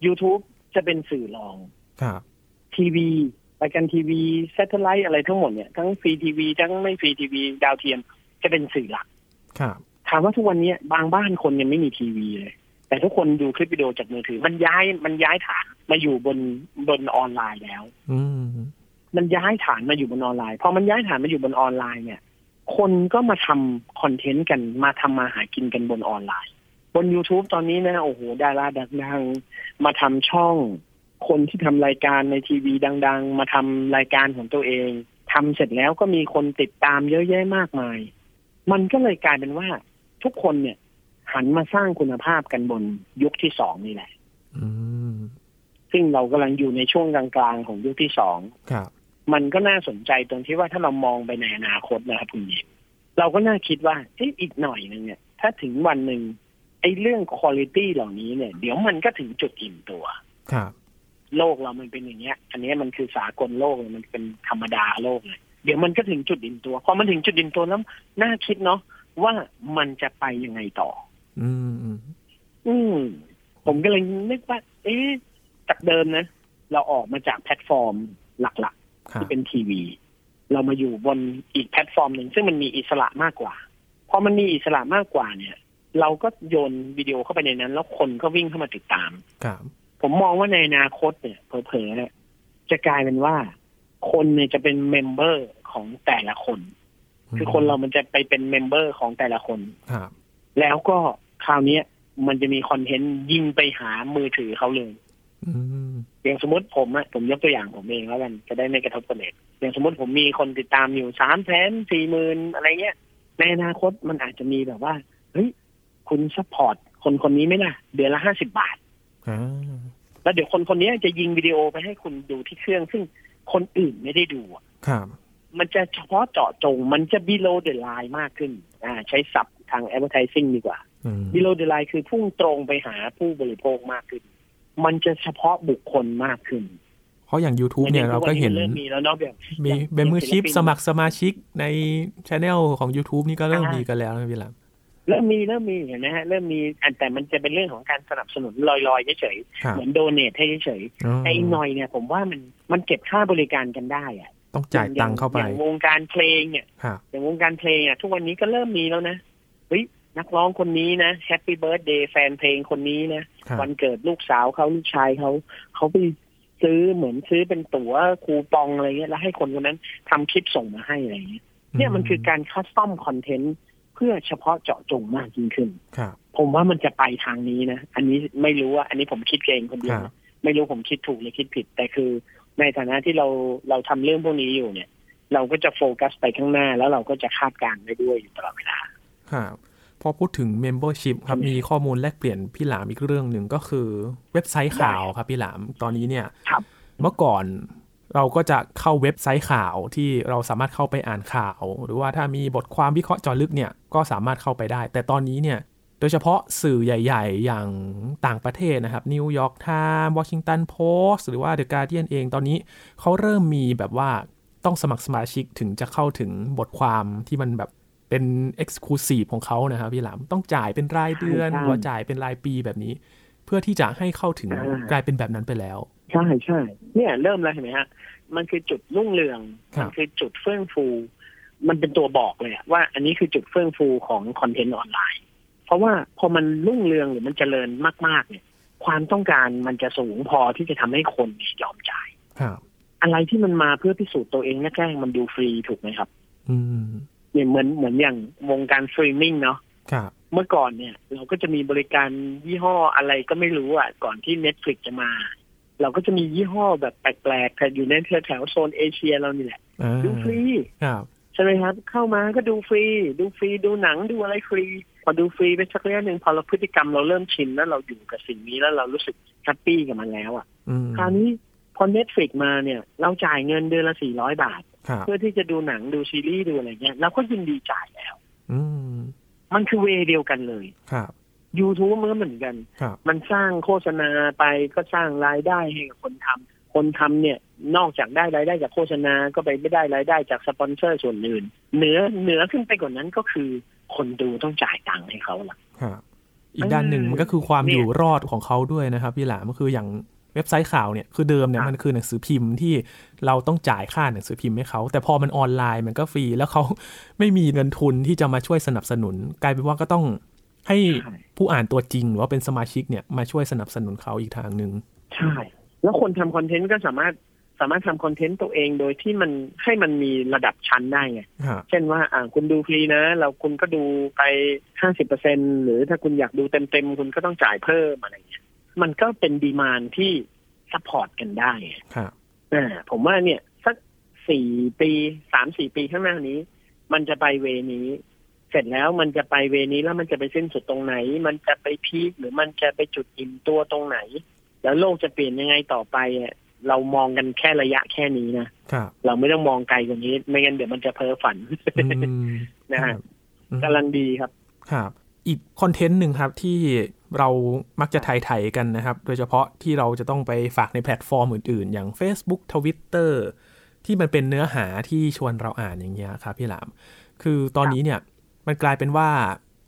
Speaker 2: YouTube จะเป็นสื่อรอง
Speaker 1: ครับ
Speaker 2: ทีวีรายการทีวีเซทเทไลท์อะไรทั้งหมดเนี่ยทั้งฟรีทีวีทั้งไม่ฟรีทีวีดาวเทียมจะเป็นสื่อหลัก
Speaker 1: ครับ
Speaker 2: ถามว่าทุกวันนี้บางบ้านคนยังไม่มีทีวีเลย แต่ทุกคนดูคลิปวิดีโอจากมือถือ มันย้ายมันย้ายฐานมาอยู่บนบนออนไลน์แล้ว
Speaker 1: อืม
Speaker 2: มันย้ายฐานมาอยู่บนออนไลน์พอมันย้ายฐานมาอยู่บนออนไลน์เนี่ย คนก็มาทำคอนเทนต์กันมาทำมาหากินกันบนออนไลน์ บน YouTube ตอนนี้นะโอ้โหดาราดังๆมาทำช่อง คนที่ทำรายการในทีวีดัง ๆ มาทำรายการของตัวเองทำเสร็จแล้วก็มีคนติดตามเยอะแยะมากมาย มันก็เลยกลายเป็นว่า ทุกคนเนี่ย หันมาสร้างคุณภาพกันบนยุคที่สองนี่แหละ
Speaker 1: อืม
Speaker 2: ซึ่งเรากำลังอยู่ในช่วงกลางๆของยุคที่สอง
Speaker 1: ครับ
Speaker 2: มันก็น่าสนใจตรงที่ว่าถ้าเรามองไปในอนาคตนะครับคุณหญิงเราก็น่าคิดว่าเอ๊ะอีกหน่อยหนึงเนี่ย ถ้าถึงวันหนึ่งไอ้เรื่องคุณภาพเหล่านี้เนี่ย เดี๋ยวมันก็ถึงจุดอิ่มตัว
Speaker 1: ครับ
Speaker 2: โลกเรามันเป็นอย่างเงี้ย อันเนี้ยมันคือสากลโลกเลยมันเป็นธรรมดาโลกเลยเดี๋ยวมันก็ถึงจุดอิ่มตัวพอมันถึงจุดอิ่มตัวแล้วน่าคิดเนาะว่ามันจะไปยังไงต่อ
Speaker 1: อืมอืม
Speaker 2: อืมผมก็เลยนึกว่า เอ๊ะจากเดิมนะเราออกมาจากแพลตฟอร์มหลักๆ
Speaker 1: ครับ
Speaker 2: ที่เป็นทีวี เรามาอยู่บนอีกแพลตฟอร์มหนึ่งซึ่งมันมีอิสระมากกว่าพอมันมีอิสระมากกว่าเนี่ย เราก็โยนวิดีโอเข้าไปในนั้น แล้วคนก็วิ่งเข้ามาติดตาม
Speaker 1: ครับ
Speaker 2: ผมมองว่าในอนาคตเนี่ยเผลอๆเนี่ยจะกลายเป็นว่า คนเนี่ยจะเป็นเมมเบอร์ของแต่ละคน คือคนเรามันจะไปเป็นเมมเบอร์ของแต่ละคน
Speaker 1: ครับ
Speaker 2: แล้วก็คราวเนี้ยมันจะมีคอนเทนต์ยิงไปหามือถือเขาเลย
Speaker 1: อืม
Speaker 2: อย่างสมมติผมอะผมยกตัวอย่างผมเองแล้วกันจะได้ไม่กระทบคนอื่นอย่างสมมติผมมีคนติดตามอยู่สามแสนสี่หมื่นอะไรเงี้ยในอนาคตมันอาจจะมีแบบว่าเฮ้ยคุณซัพพอร์ต คนคนนี้ไหมล่ะ เดือนละห้าสิบาท
Speaker 1: อ่า
Speaker 2: แล้วเดี๋ยวคนคนนี้จะยิงวิดีโอไปให้คุณดูที่เครื่อง ซึ่งคนอื่นไม่ได้ดูอะ
Speaker 1: ครับ
Speaker 2: มันจะเฉพาะเจาะจง มันจะ below the line มากขึ้น อ่า ใช้ศัพท์ทาง advertising ดีกว่า
Speaker 1: อืม
Speaker 2: below the line คือพุ่งตรงไปหาผู้บริโภคมากขึ้น มันจะเฉพาะบุคคลมากขึ้น
Speaker 1: เพราะอย่าง YouTube เนี่ยเราก็เห็น
Speaker 2: อัมัเริ่มมีแล้วเนาะแบบ
Speaker 1: มี
Speaker 2: อย่าง
Speaker 1: เบมเมอร์ชิพ
Speaker 2: ศิลปิน
Speaker 1: สมัครสมาชิกในช anel ของ YouTube นี่ก็เริ่มมีกันแล้วนะพี่หลัง
Speaker 2: เริ่มมีเริ่มมีเห็นไหมฮะเริ่มมีอันแต่มันจะเป็นเรื่องของการสนับสนุนลอยๆเฉย
Speaker 1: ค
Speaker 2: ๆ
Speaker 1: รับ
Speaker 2: เหมือนโดเนทให้เฉยๆไอ้หน่อยเนี่ยผมว่ามันมันเก็บค่าบริการกันได้อะ
Speaker 1: ต้องจ่ายตังค์เข้าไป
Speaker 2: อย่างวงการเพลงเนี่ย
Speaker 1: ครับ
Speaker 2: อย่างวงการเพลงอ่ะทุกวันนี้ก็เริ่มมีแล้วนะเฮ้ยนักร้องคนนี้นะแฮปปี้เบิร์ดเดย์แฟนเพลงคนนี้นะครับ วันเกิดลูกสาวเขาลูกชายเขาเขาไปซื้อเหมือนซื้อเป็นตั๋วคูปองอะไรเงี้ยแล้วให้คนคนนั้นทำคลิปส่งมาให้อะไรเงี้ยเนี่ยมันคือการคัสตอมคอนเทนต์เพื่อเฉพาะเจาะจงมากยิ่งขึ้น
Speaker 1: ครับ
Speaker 2: ผมว่ามันจะไปทางนี้นะ อันนี้ไม่รู้ว่าอันนี้ผมคิดเองคนเดียว
Speaker 1: ครับ
Speaker 2: นะไม่รู้ผมคิดถูกหรือคิดผิด แต่คือในฐานะที่เราเราทำเรื่องพวกนี้อยู่เนี่ย เราก็จะโฟกัสไปข้างหน้าแล้วเราก็จะคาดการณ์ได้ด้วยอยู่ตลอดเวลา
Speaker 1: ครับพอพูดถึง Membership ครับ
Speaker 2: อืม
Speaker 1: มีข้อมูลแลกเปลี่ยนพี่หลามอีกเรื่องหนึ่งก็คือเว็บไซต์ข่าวครับพี่หลามตอนนี้เนี่ย
Speaker 2: ครับ
Speaker 1: เมื่อก่อนเราก็จะเข้าเว็บไซต์ข่าวที่เราสามารถเข้าไปอ่านข่าว หรือว่าถ้ามีบทความวิเคราะห์เจาะลึกเนี่ยก็สามารถเข้าไปได้ แต่ตอนนี้เนี่ยโดยเฉพาะสื่อใหญ่ ๆ อย่างต่างประเทศนะครับนิวยอร์กไทม์วอชิงตันโพสต์หรือว่าเดอะการ์เดียนเองตอนนี้เขาเริ่มมีแบบว่าต้องสมัครสมาชิกถึงจะเข้าถึงบทความที่มันแบบ เป็น Exclusive ของเขานะครับพี่หลามต้องจ่ายเป็นรายเดือน
Speaker 2: ใช่
Speaker 1: หรือว่าจ่ายเป็นรายปีแบบนี้ เพื่อที่จะให้เข้าถึง
Speaker 2: อ่าก ก
Speaker 1: ลายเป็นแบบนั้นไปแล้ว
Speaker 2: ใช่ใช่เนี่ยเริ่มแล้วเห็นไหมฮะ มันคือจุดรุ่งเรือง
Speaker 1: ครั
Speaker 2: มั
Speaker 1: บ
Speaker 2: คือจุดเฟื่องฟู มันเป็นตัวบอกเลยอะว่าอันนี้คือจุดเฟื่องฟูของคอนเทนต์ออนไลน์ เพราะว่าพอมันรุ่งเรืองหรือมันเจริญมากๆเนี่ย ความต้องการมันจะสูงพอที่จะทำให้คนยอมจ่าย
Speaker 1: ครับ
Speaker 2: อะไรที่มันมาเพื่อพิสูจน์ตัวเองแรกๆมันดูฟรีถูกไหมครับ
Speaker 1: อืม
Speaker 2: เนี่ยเหมือนเหมือนอย่างวงการสตรีมมิ่งเนาะ
Speaker 1: ครับ
Speaker 2: เมื่อก่อนเนี่ย เราก็จะมีบริการยี่ห้ออะไรก็ไม่รู้อ่ะก่อนที่ Netflix จะมา เราก็จะมียี่ห้อแบบแปลกๆแต่อยู่ในแถวๆโซนเอเชียเรานี่แหละ
Speaker 1: อ่า
Speaker 2: ดูฟรี
Speaker 1: ครับ
Speaker 2: ใช่ไหมครับ เข้ามาก็ดูฟรี ดูฟรีดูหนังดูอะไรฟรี พอดูฟรีไปสักระยะหนึ่งพอเราพฤติกรรมเราเริ่มชินแล้วเราอยู่กับสิ่งนี้แล้วเรารู้สึกแฮปปี้กับมันแล้วอ่ะ
Speaker 1: อืม
Speaker 2: คราวนี้พอ Netflix มาเนี่ย เราจ่ายเงินเดือนละ400 บาท
Speaker 1: ครับ
Speaker 2: เพื่อที่จะดูหนังดูซีรีส์ดูอะไรเงี้ยเราก็ยินดีจ่ายแล้ว
Speaker 1: อืม
Speaker 2: มันคือเวเดียวกันเลย
Speaker 1: ครับ
Speaker 2: YouTube มันก็เหมือนกัน
Speaker 1: ครับ
Speaker 2: มันสร้างโฆษณาไปก็สร้างรายได้ให้กับคนทำคนทำเนี่ยนอกจากได้รายได้จากโฆษณาก็ไปไม่ได้รายได้จากสปอนเซอร์ส่วนอื่นเหนือเหนือขึ้นไปกว่านั้นก็คือ คนดูต้องจ่ายตังค์ให้เขาละ
Speaker 1: ครับอีกด้านหนึ่งมันก็คือความอ
Speaker 2: เนี่ย
Speaker 1: ยู่รอดของเขาด้วยนะครับพี่หลามก็คืออย่างเว็บไซต์ข่าวเนี่ยคือเดิมเนี่ย
Speaker 2: ครับ
Speaker 1: มันคือหนังสือพิมพ์ที่เราต้องจ่ายค่าหนังสือพิมพ์ให้เขาแต่พอมันออนไลน์มันก็ฟรีแล้วเขา ไม่มีเงินทุนที่จะมาช่วยสนับสนุน กลายเป็นว่าก็ต้องให้ ผู้อ่านตัวจริงหรือว่าเป็นสมาชิกเนี่ยมาช่วยสนับสนุนเขาอีกทางหนึ่ง
Speaker 2: ใช่ แล้วคนทำคอนเทนต์ก็สามารถสามารถทำคอนเทนต์ตัวเองโดยที่มันให้มันมีระดับชั้นได้ไง
Speaker 1: ฮะ
Speaker 2: เช่นว่าอ่าคุณดูฟรีนะ เราคุณก็ดูไปห้าสิบเปอร์เซ็นหรือถ้าคุณอยากดูเต็มเต็มๆคุณก็ต้องจ่ายเพิ่มอะไรเงี้ยมันก็เป็นดีมานที่ซัพพอร์ตกันได้
Speaker 1: ค่ะ
Speaker 2: อ่าผมว่าเนี่ย สักสี่ปีสามสี่ปีข้างหน้านี้ มันจะไปเวนี้ เสร็จแล้วมันจะไปเวนี้แล้วมันจะไปสิ้นสุดตรงไหน มันจะไปพีคหรือมันจะไปจุดอิ่มตัวตรงไหน แล้วโลกจะเปลี่ยนยังไงต่อไปอะเรามองกันแค่ระยะแค่นี้นะ
Speaker 1: ค่ะ
Speaker 2: เราไม่ต้องมองไกลกว่านี้ ไม่งั้นเดี๋ยวมันจะเพ้อฝัน
Speaker 1: อืม
Speaker 2: นะฮะ
Speaker 1: อืม
Speaker 2: กำลังดีครับ
Speaker 1: ครับ อีกคอนเทนต์หนึ่งครับที่เรามักจะถ่ายถ่ายๆกันนะครับ โดยเฉพาะที่เราจะต้องไปฝากในแพลตฟอร์มอื่นๆ อย่าง Facebook Twitter ที่มันเป็นเนื้อหาที่ชวนเราอ่านอย่างเงี้ยครับพี่หลาม คือตอนนี้เนี่ยมันกลายเป็นว่า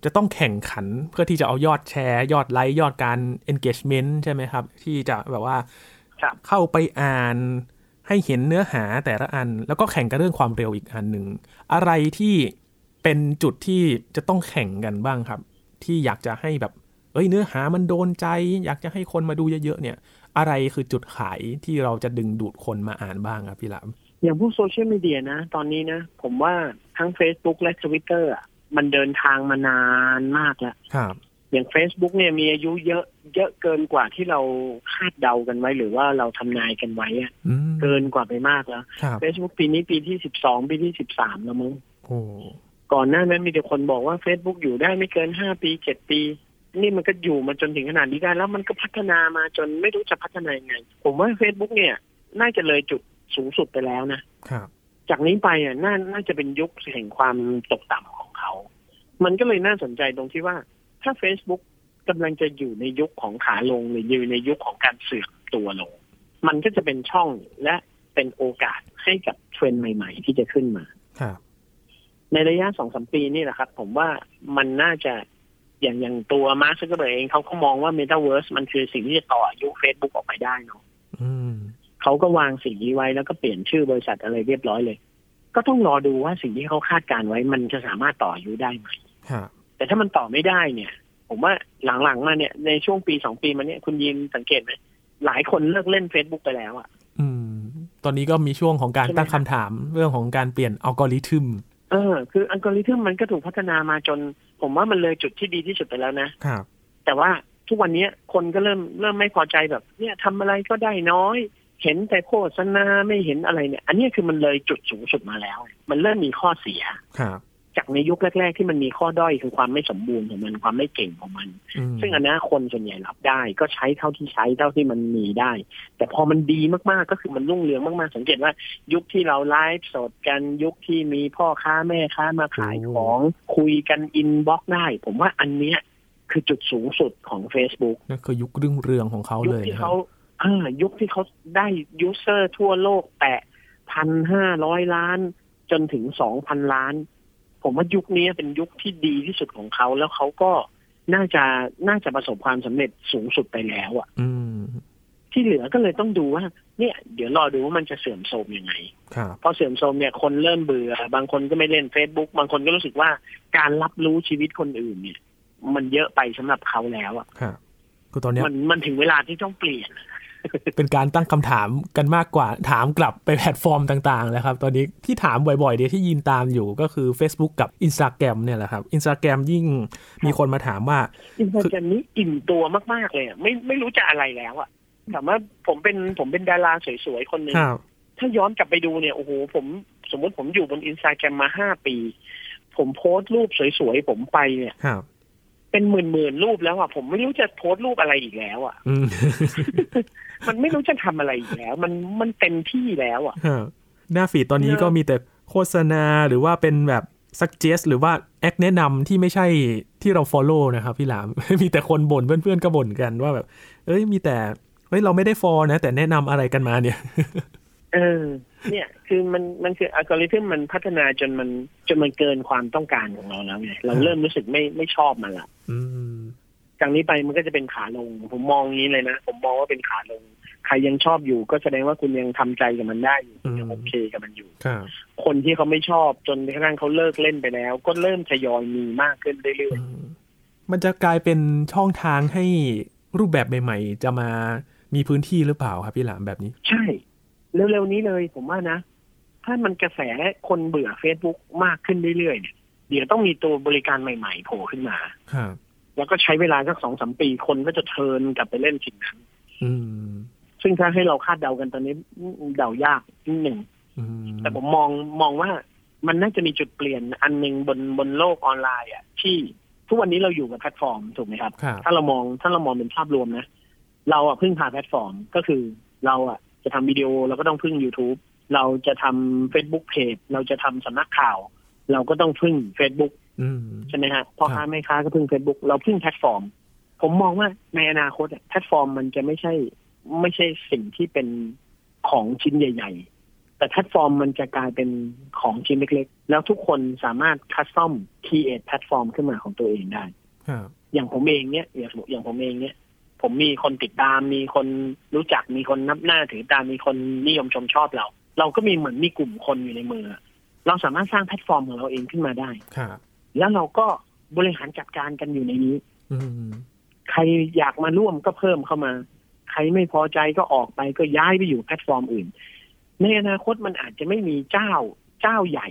Speaker 1: จะต้องแข่งขันเพื่อที่จะเอายอดแชร์ ยอดไลค์ยอดการ engagement ใช่ไหมครับ ที่จะแบบว่า
Speaker 2: ครับ
Speaker 1: เข้าไปอ่านให้เห็นเนื้อหาแต่ละอัน แล้วก็แข่งกันเรื่องความเร็วอีกอันหนึ่ง อะไรที่เป็นจุดที่จะต้องแข่งกันบ้างครับ ที่อยากจะให้แบบ เอ้ยเนื้อหามันโดนใจ อยากจะให้คนมาดูเยอะๆเนี่ย อะไรคือจุดขายที่เราจะดึงดูดคนมาอ่านบ้างครับพี่หลาม
Speaker 2: อย่างพวกโซเชียลมีเดียนะ ตอนนี้นะ ผมว่าทั้ง Facebook และ Twitter อ่ะมันเดินทางมานานมากแล้ว
Speaker 1: ครับ
Speaker 2: อย่าง Facebook เนี่ยมีอายุเยอะเยอะเกินกว่าที่เราคาดเดากันไว้ หรือว่าเราทำนายกันไว้อะ
Speaker 1: อืม
Speaker 2: เกินกว่าไปมากแล้ว
Speaker 1: ครับ
Speaker 2: Facebook ปีนี้ปีที่สิบสองปีที่สิบสามแล้วมั้ง
Speaker 1: โอ้
Speaker 2: ก่อนหน้านั้นมีแต่คนบอกว่า Facebook อยู่ได้ไม่เกินห้าปีเจ็ดปี นี่มันก็อยู่มาจนถึงขนาดนี้ได้ แล้วมันก็พัฒนามาจนไม่รู้จะพัฒนายังไง ผมว่า Facebook เนี่ย น่าจะเลยจุดสูงสุดไปแล้วนะ
Speaker 1: ครับ
Speaker 2: จากนี้ไปอ่ะน่าน่าจะเป็นยุคแห่งความตกต่ำของเขา มันก็เลยน่าสนใจตรงที่ว่า ถ้า Facebook กำลังจะอยู่ในยุคของขาลงหรืออยู่ในยุคของการเสื่อมตัวลง มันก็จะเป็นช่องและเป็นโอกาสให้กับเทรนด์ใหม่ ๆ ที่จะขึ้นมา
Speaker 1: ครับ
Speaker 2: ในระยะสองสมปีนี่แหละครับ ผมว่ามันน่าจะอย่างอย่างตัวมาร์คซักเกอร์เบเองเขาก็มองว่า Metaverse มันคือสิ่งที่จะต่ออายุ Facebook ออกไปได้เนาะ
Speaker 1: อืม
Speaker 2: เขาก็วางสิ่งนี้ไว้แล้วก็เปลี่ยนชื่อบริษัทอะไรเรียบร้อยเลย ก็ต้องรอดูว่าสิ่งที่เขาคาดการไว้ มันจะสามารถต่ออายุได้ไหม
Speaker 1: ครับ
Speaker 2: แต่ถ้ามันต่อไม่ได้เนี่ย ผมว่าหลังๆมาเนี่ยในช่วงปีสองปีมาเนี่ยคุณยินสังเกตไหมหลายคนเลิกเล่น Facebook ไปแล้วอะ
Speaker 1: อืม ตอนนี้ก็มีช่วงของการ
Speaker 2: ใช่ไหม
Speaker 1: ตั้งคำถามเรื่องของการเปลี่ยนอัลกอริทึม
Speaker 2: เออคืออัลกอริทึมมันก็ถูกพัฒนามาจน ผมว่ามันเลยจุดที่ดีที่สุดไปแล้วนะ
Speaker 1: ครับ
Speaker 2: แต่ว่าทุกวันนี้คนก็เริ่มเริ่มไม่พอใจแบบ เนี่ยทำอะไรก็ได้น้อย เห็นแต่โฆษณาไม่เห็นอะไรเนี่ย อันนี้คือมันเลยจุดสูงสุดมาแล้ว มันเริ่มมีข้อเสีย
Speaker 1: ครับ
Speaker 2: จากในยุคแรก ๆ ที่มันมีข้อด้อยคือความไม่สมบูรณ์ของมันความไม่เก่งของมัน
Speaker 1: ม
Speaker 2: ซึ่งอันนี้คนส่วนใหญ่รับได้ ก็ใช้เท่าที่ใช้เท่าที่มันมีได้ แต่พอมันดีมากๆก็คือมันรุ่งเรืองมากๆ สังเกตว่า ยุคที่เราไลฟ์สดกันยุคที่มีพ่อค้าแม่ค้ามาขายของคุยกันอินบ็อกซ์ได้ ผมว่าอันเนี้ยคือจุดสูงสุดของ Facebook
Speaker 1: นั่นคือยุครุ่งเรืองของเขา
Speaker 2: ยุ
Speaker 1: เล
Speaker 2: ค
Speaker 1: ย
Speaker 2: ที่
Speaker 1: นะครับ
Speaker 2: เขาอ่ายุคที่เขาได้ยูเซอร์ทั่วโลกแตะพันห้าร้อยล้าน จนถึงสองพันล้าน ผมว่ายุคนี้เป็นยุคที่ดีที่สุดของเขาแล้วเขาก็น่าจะน่าจะประสบความสำเร็จสูงสุดไปแล้วอะ
Speaker 1: อืม
Speaker 2: ที่เหลือก็เลยต้องดูว่า เนี่ย เดี๋ยวรอดูว่ามันจะเสื่อมโทรมยังไง
Speaker 1: ครับ
Speaker 2: พอเสื่อมโทรมเนี่ยคนเริ่มเบื่อบางคนก็ไม่เล่น Facebook บางคนก็รู้สึกว่าการรับรู้ชีวิตคนอื่นเนี่ย มันเยอะไปสำหรับเขาแล้วอะ
Speaker 1: ครับคือตอนเนี้ย
Speaker 2: มันมันถึงเวลาที่ต้องเปลี่ยน
Speaker 1: เป็นการตั้งคำถามกันมากกว่าถามกลับไปแพลตฟอร์มต่างๆแล้วครับ ตอนนี้ที่ถามบ่อยๆเดียวที่ยินตามอยู่ก็คือ Facebook กับ Instagram เนี่ยแหละครับ Instagram ยิ่งมีคนมาถามว่า
Speaker 2: อินสตาแกรมนี้อิ่มตัวมาก ๆ เลยอะไม่ไม่รู้จะอะไรแล้วอะถามว่าผมเป็นผมเป็นดาราสวย ๆ คนหนึ่ง ถ้าย้อนกลับไปดูเนี่ยโอ้โหผมสมมติผมอยู่บนอินสตาแกรมมาห้าปี ผมโพสต์รูปสวย ๆ ผมไปเนี่ย
Speaker 1: ครับ
Speaker 2: เป็นหมื่น ๆ รูปแล้วอะผมไม่รู้จะโพสต์รูปอะไรอีกแล้วอะ
Speaker 1: อืม
Speaker 2: มันไม่รู้จะทำอะไรอีกแล้ว มันมันเต็มที่แล้วอะ
Speaker 1: ฮะ หน้าฟีดตอนนี้
Speaker 2: เนอะ
Speaker 1: ก็มีแต่โฆษณาหรือว่าเป็นแบบ suggest หรือว่าแอคแนะนำที่ไม่ใช่ที่เรา follow นะครับพี่หลาม มีแต่คนบ่นเพื่อนๆก็บ่นกันว่าแบบ เอ้ยมีแต่เฮ้ยเราไม่ได้ follow นะ แต่แนะนำอะไรกันมาเนี่ย
Speaker 2: เออ เนี่ย คือมันมันคืออัลกอริทึมมันพัฒนาจนมันจนมันเกินความต้องการของเราแล้วไงเราเริ่มรู้สึกไม่ไม่ชอบมันละ
Speaker 1: อืม
Speaker 2: จากนี้ไปมันก็จะเป็นขาลง ผมมองอย่างนี้เลยนะ ผมมองว่าเป็นขาลง ใครยังชอบอยู่ก็แสดงว่าคุณยังทำใจกับมันได้อยู่ยังโอเคกับมันอยู่
Speaker 1: ครับ
Speaker 2: คนที่เขาไม่ชอบจนกระทั่งเขาเลิกเล่นไปแล้ว ก็เริ่มทยอยมีมากขึ้นเรื่อย
Speaker 1: อืมมันจะกลายเป็นช่องทางให้รูปแบบใหม่ๆ จะมามีพื้นที่หรือเปล่าครับพี่หลามแบบนี้
Speaker 2: ๆ ใช่ เร็วๆนี้เลยผมว่านะ ถ้ามันกระแสคนเบื่อ Facebook มากขึ้นเรื่อยๆเนี่ยเดี๋ยวต้องมีตัวบริการใหม่ๆโผล่ขึ้นมา
Speaker 1: ครับ
Speaker 2: แล้วก็ใช้เวลาสักสองสามปีคนก็จะเทิร์นกลับไปเล่นสิ่งนั้น
Speaker 1: อืม
Speaker 2: ซึ่งถ้าให้เราคาดเดากันตอนนี้เดายากนิดหนึ่ง
Speaker 1: อืม
Speaker 2: แต่ผมมองมองว่ามันน่าจะมีจุดเปลี่ยนอันหนึ่งบนบนโลกออนไลน์อ่ะที่ทุกวันนี้เราอยู่กับแพลตฟอร์มถูกไหมครับ
Speaker 1: ครับ
Speaker 2: ถ้าเรามองถ้าเรามองเป็นภาพรวมนะ เราอ่ะพึ่งพาแพลตฟอร์มก็คือเราอ่ะจะทำวิดีโอเราก็ต้องพึ่ง YouTube เราจะทำ Facebook Page เราจะทำสำนักข่าว เราก็ต้องพึ่ง Facebook
Speaker 1: อืม
Speaker 2: ใช่ไหมฮะพ่อ
Speaker 1: ครั
Speaker 2: ค้า
Speaker 1: บ
Speaker 2: แม่ค้าก็พึ่ง Facebook เราพึ่งแพลตฟอร์ม ผมมองว่าในอนาคตอะแพลตฟอร์มมันจะไม่ใช่ ไม่ใช่สิ่งที่เป็นของชิ้นใหญ่ ๆ แต่แพลตฟอร์มมันจะกลายเป็นของชิ้นเล็กๆ แล้วทุกคนสามารถคัสตอมคีเอทแพลตฟอร์มขึ้นมาของตัวเองได้
Speaker 1: ครับ
Speaker 2: อย่างผมเองเนี่ยอย่างสมมุติอย่างผมเองเนี่ย ผมมีคนติดตาม มีคนรู้จักมีคนนับหน้าถือตามมีคนนิยมชมชอบเรา เราก็มีเหมือนมีกลุ่มคนอยู่ในมืออะเราสามารถสร้างแพลตฟอร์มของเราเองขึ้นมาได้
Speaker 1: ครับ
Speaker 2: แล้วเราก็บริหารจัดการกันอยู่ในนี้
Speaker 1: อืม
Speaker 2: ใครอยากมาร่วมก็เพิ่มเข้ามา ใครไม่พอใจก็ออกไปก็ย้ายไปอยู่แพลตฟอร์มอื่น ในอนาคตมันอาจจะไม่มีเจ้าเจ้าใหญ่